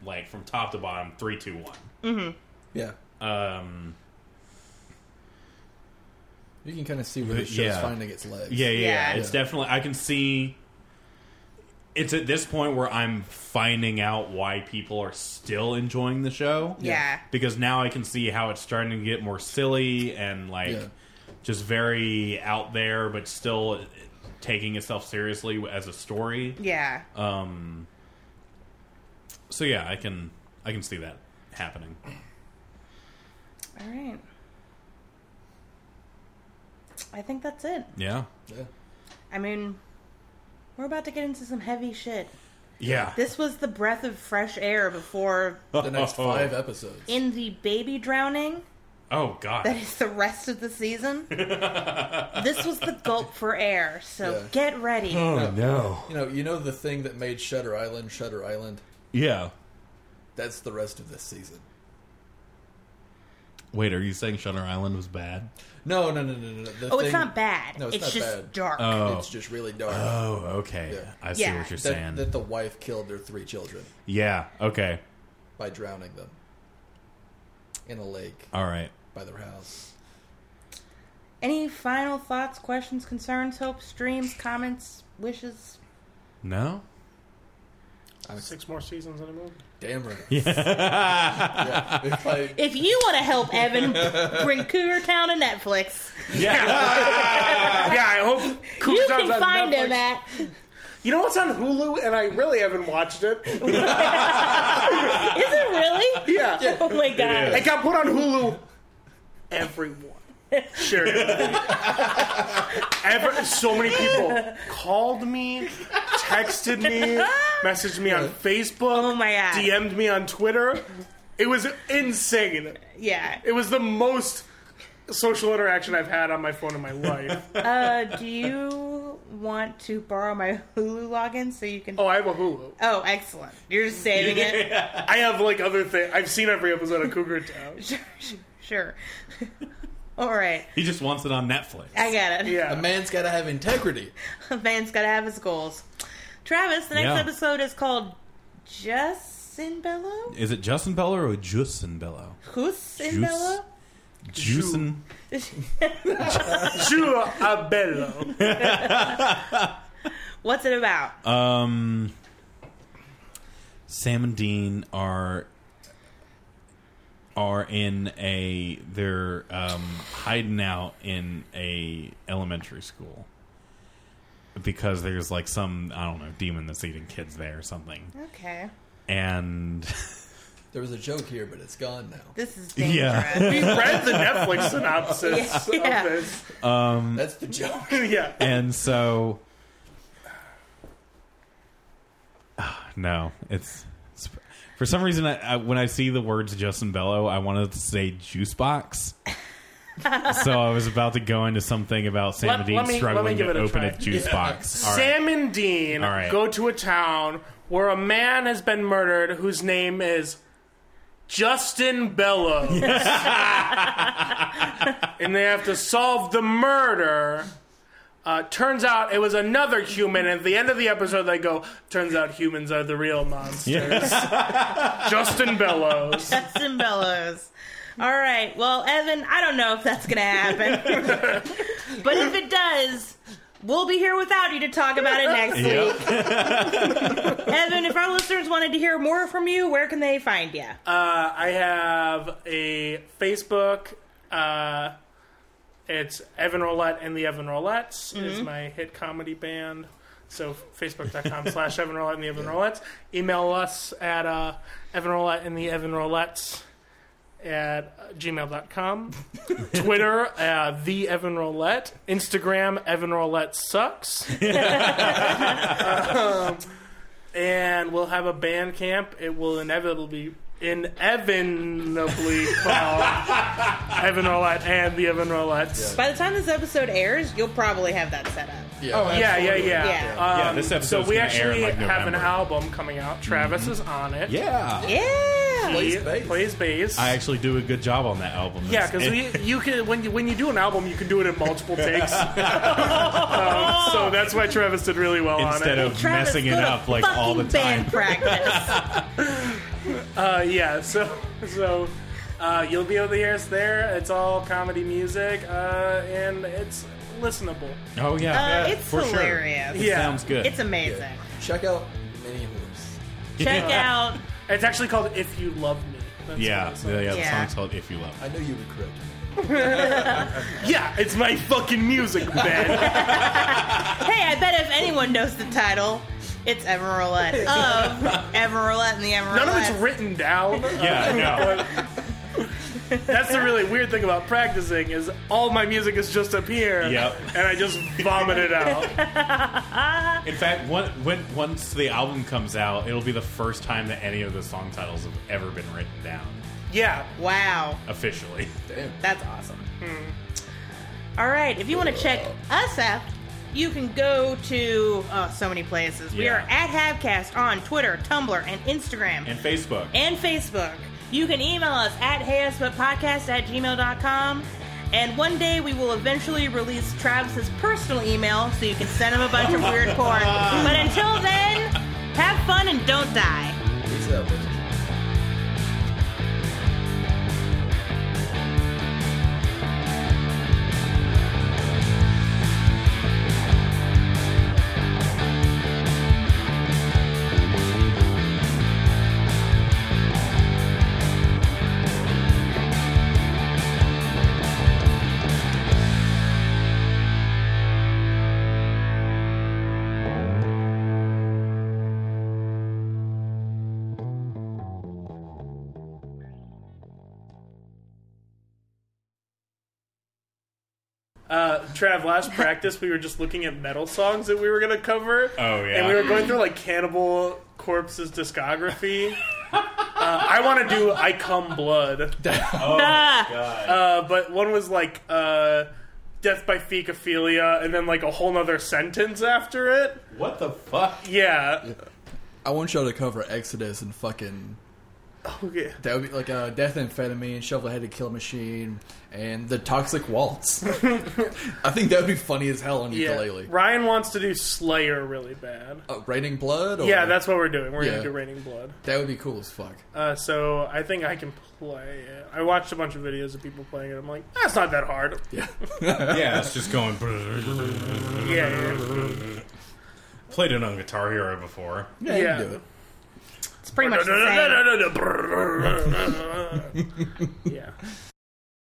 B: like from top to bottom, three, two, one.
A: Yeah.
B: Um,
A: You can kind of see where the show's
B: Yeah.
A: finding its legs.
B: yeah, yeah, yeah,
C: Yeah.
B: It's
A: Yeah.
B: definitely. I can see. It's at this point where I'm finding out why people are still enjoying the show.
C: yeah.
B: because now I can see how it's starting to get more silly and like
A: Yeah.
B: just very out there, but still Uh, taking itself seriously as a story.
C: yeah,
B: Um, So yeah, I can I can see that happening.
C: All right. I think that's it.
B: Yeah.
A: Yeah.
C: I mean, we're about to get into some heavy shit.
B: Yeah.
C: This was the breath of fresh air before
A: The next five episodes.
C: in the baby drowning.
B: Oh god.
C: That is the rest of the season. this was the gulp for air, so
A: Yeah.
C: get ready.
G: Oh no.
A: you know, you know the thing that made Shutter Island Shutter Island.
B: Yeah.
A: That's the rest of this season.
B: Wait, are you saying Shutter Island was bad?
A: No, no, no, no, no. no. The
C: oh, it's
A: thing-
C: not bad.
A: No, it's
C: it's
A: not
C: just
A: bad.
C: dark.
B: Oh.
A: It's just really dark.
B: Oh, okay.
A: Yeah.
B: I see
C: Yeah.
B: what you're
A: that,
B: saying.
A: that the wife killed their three children
B: yeah. Okay.
A: by drowning them in a lake
B: All right.
A: by their house.
C: Any final thoughts, questions, concerns, hopes, dreams, comments, wishes?
B: No.
D: Six more seasons in a movie.
A: Damn right. Yeah. It's like,
C: If you want to help Evan bring Cougar Town to Netflix,
D: yeah, I hope Cool
C: Uh, you
D: Job's
C: can
D: on
C: find him
D: Netflix.
C: at.
D: You know what's on Hulu, and I really haven't watched it.
C: Is it really?
D: Yeah,
C: Oh my god.
D: it got put on Hulu. Everyone shared it. Ever, so many people called me, texted me, messaged me on Facebook.
C: Oh my God.
D: DM'd me on Twitter. It was insane.
C: Yeah.
D: It was the most social interaction I've had on my phone in my life.
C: Uh, do you want to borrow my Hulu login so you can?
D: Oh, I have a Hulu.
C: Oh, excellent. You're just saving it.
D: I have like other things. I've seen every episode of Cougar Town.
C: Sure, sure. All right,
B: He just wants it on Netflix.
C: I get it.
A: a
D: Yeah.
A: man's got to have integrity.
C: A man's got to have his goals. Travis, the next
B: Yeah.
C: episode is called Justin Bello.
B: Is it Justin Bello or Justin Bello?
C: Who's in
B: Juice.
C: Bello?
B: Juicin.
D: Ju Abello.
C: What's it about?
B: Um, Sam and Dean are are in a they're um, hiding out in a elementary school because there's like some I don't know demon that's eating kids there or something,
C: okay,
B: and
A: There was a joke here, but it's gone now.
C: this is dangerous.
B: Yeah.
D: We read the Netflix synopsis
C: Yeah.
D: of this.
A: That's the joke.
D: yeah.
B: and so Ah, no it's, it's for some reason I, I, when i see the words justin bello i wanted to say juice box so i was about to go into something about sam
D: Let-
B: and dean
D: let me- let me
B: struggling
D: give
B: to
D: it a
B: open
D: try.
B: a juice box All right.
D: Sam and Dean
B: All right.
D: go to a town where a man has been murdered whose name is Justin Bellows. and they have to solve the murder. Uh, turns out it was another human. And at the end of the episode, they go, Turns out humans are the real monsters. Justin Bellows.
C: Justin Bellows. All right. Well, Evan, I don't know if that's going to happen. but if it does, we'll be here without you to talk about it next
B: Yep.
C: week. Evan, if our listeners wanted to hear more from you, where can they find you?
D: Uh, I have a Facebook. Uh, it's Evan Roulette and the Evan Roulettes is my hit comedy band. So facebook.com slash Evan Roulette and the Evan Roulettes. Email us at uh, Evan Roulette and the Evan Roulettes at uh, gmail.com. Twitter, uh, the Evan Roulette. Instagram, Evan Roulette sucks. Um, and we'll have a band camp. It will inevitably inevitably fall Evan Roulette and the Evan Roulettes.
C: By the time this episode airs, you'll probably have that set up.
A: Yeah. Oh,
D: Yeah, yeah, yeah.
C: Yeah.
D: Um,
G: Yeah, this
D: so
G: episode's
D: we
G: gonna air in,
D: actually
G: like,
D: have an
G: November. Mm-hmm.
D: album coming out. Travis is on it.
B: yeah
C: Yeah.
D: He
A: Plays bass.
D: plays bass.
B: i actually do a good job on that album
D: yeah,
B: It's-
D: because
B: it-
D: you can when you when you do an album, you can do it in multiple takes. um, so that's why Travis did really well
B: instead
D: on it.
B: of
C: Travis,
B: messing
C: go
B: it
C: to
B: up like all the
C: fucking
B: time
C: Band practice.
D: uh, yeah, so so uh, you'll be able to hear us there. It's all comedy music, uh, and it's listenable.
B: oh yeah,
C: Uh,
B: yeah,
C: it's
B: for sure.
C: hilarious.
B: It
D: Yeah.
B: sounds good
C: It's amazing.
A: Check out Mini Horse.
C: Check out.
D: It's actually called "If You Love Me." That's
B: yeah,
D: what it's
B: yeah,
D: called.
B: yeah, the
C: Yeah.
B: song's called "If You Love." Me.
A: I knew you would correct me.
D: yeah. It's my fucking music, man.
C: Hey, I bet if anyone knows the title, It's Emerillette. Of Emerillette and the Emerillette.
D: None of it's written down.
G: Yeah,
D: That's the really weird thing about practicing is all my music is just up here,
G: Yep.
D: and I just vomit it out.
G: no. In fact, one, when, once the album comes out, it'll be the first time that any of the song titles have ever been written down
D: Yeah,
C: Wow.
G: officially.
A: Damn.
C: That's awesome. Hmm. All right. If you want to check us out, you can go to oh, so many places. We
G: Yeah.
C: are at Habcast on Twitter, Tumblr, and Instagram, and,
G: And Facebook.
C: Facebook. You can email us at heyasbutpodcast at gmail.com. And one day we will eventually release Travis's personal email so you can send him a bunch of weird porn. But until then, have fun and don't die.
A: Peace out, bitches.
D: uh, Trav. Last practice, we were just looking at metal songs that we were gonna cover.
G: Oh, yeah.
D: and we were going through like Cannibal Corpse's discography. Uh, I want to do "I Come Blood," uh, but one was like uh, "Death by Fecophilia," and then like a whole nother sentence after it.
B: What the fuck?
D: Yeah.
A: I want y'all to cover Exodus and fucking.
D: Okay.
A: That would be like uh, Death Amphetamine, Shovelhead to Kill Machine, and The Toxic Waltz. I think that would be funny as hell on
D: Yeah.
A: ukulele.
D: Ryan wants to do Slayer really bad.
A: Uh, Raining Blood? Or,
D: Yeah, that's what we're doing. We're
A: Yeah.
D: gonna do Raining Blood.
A: That would be cool as fuck.
D: Uh, so I think I can play it. I watched a bunch of videos of people playing it. I'm like, that's not that hard.
A: Yeah.
G: yeah, it's just going.
D: Yeah, yeah.
G: Played it on Guitar Hero before.
A: Yeah, you
D: Yeah.
A: can do it.
C: It's pretty much the same.
D: yeah. yeah.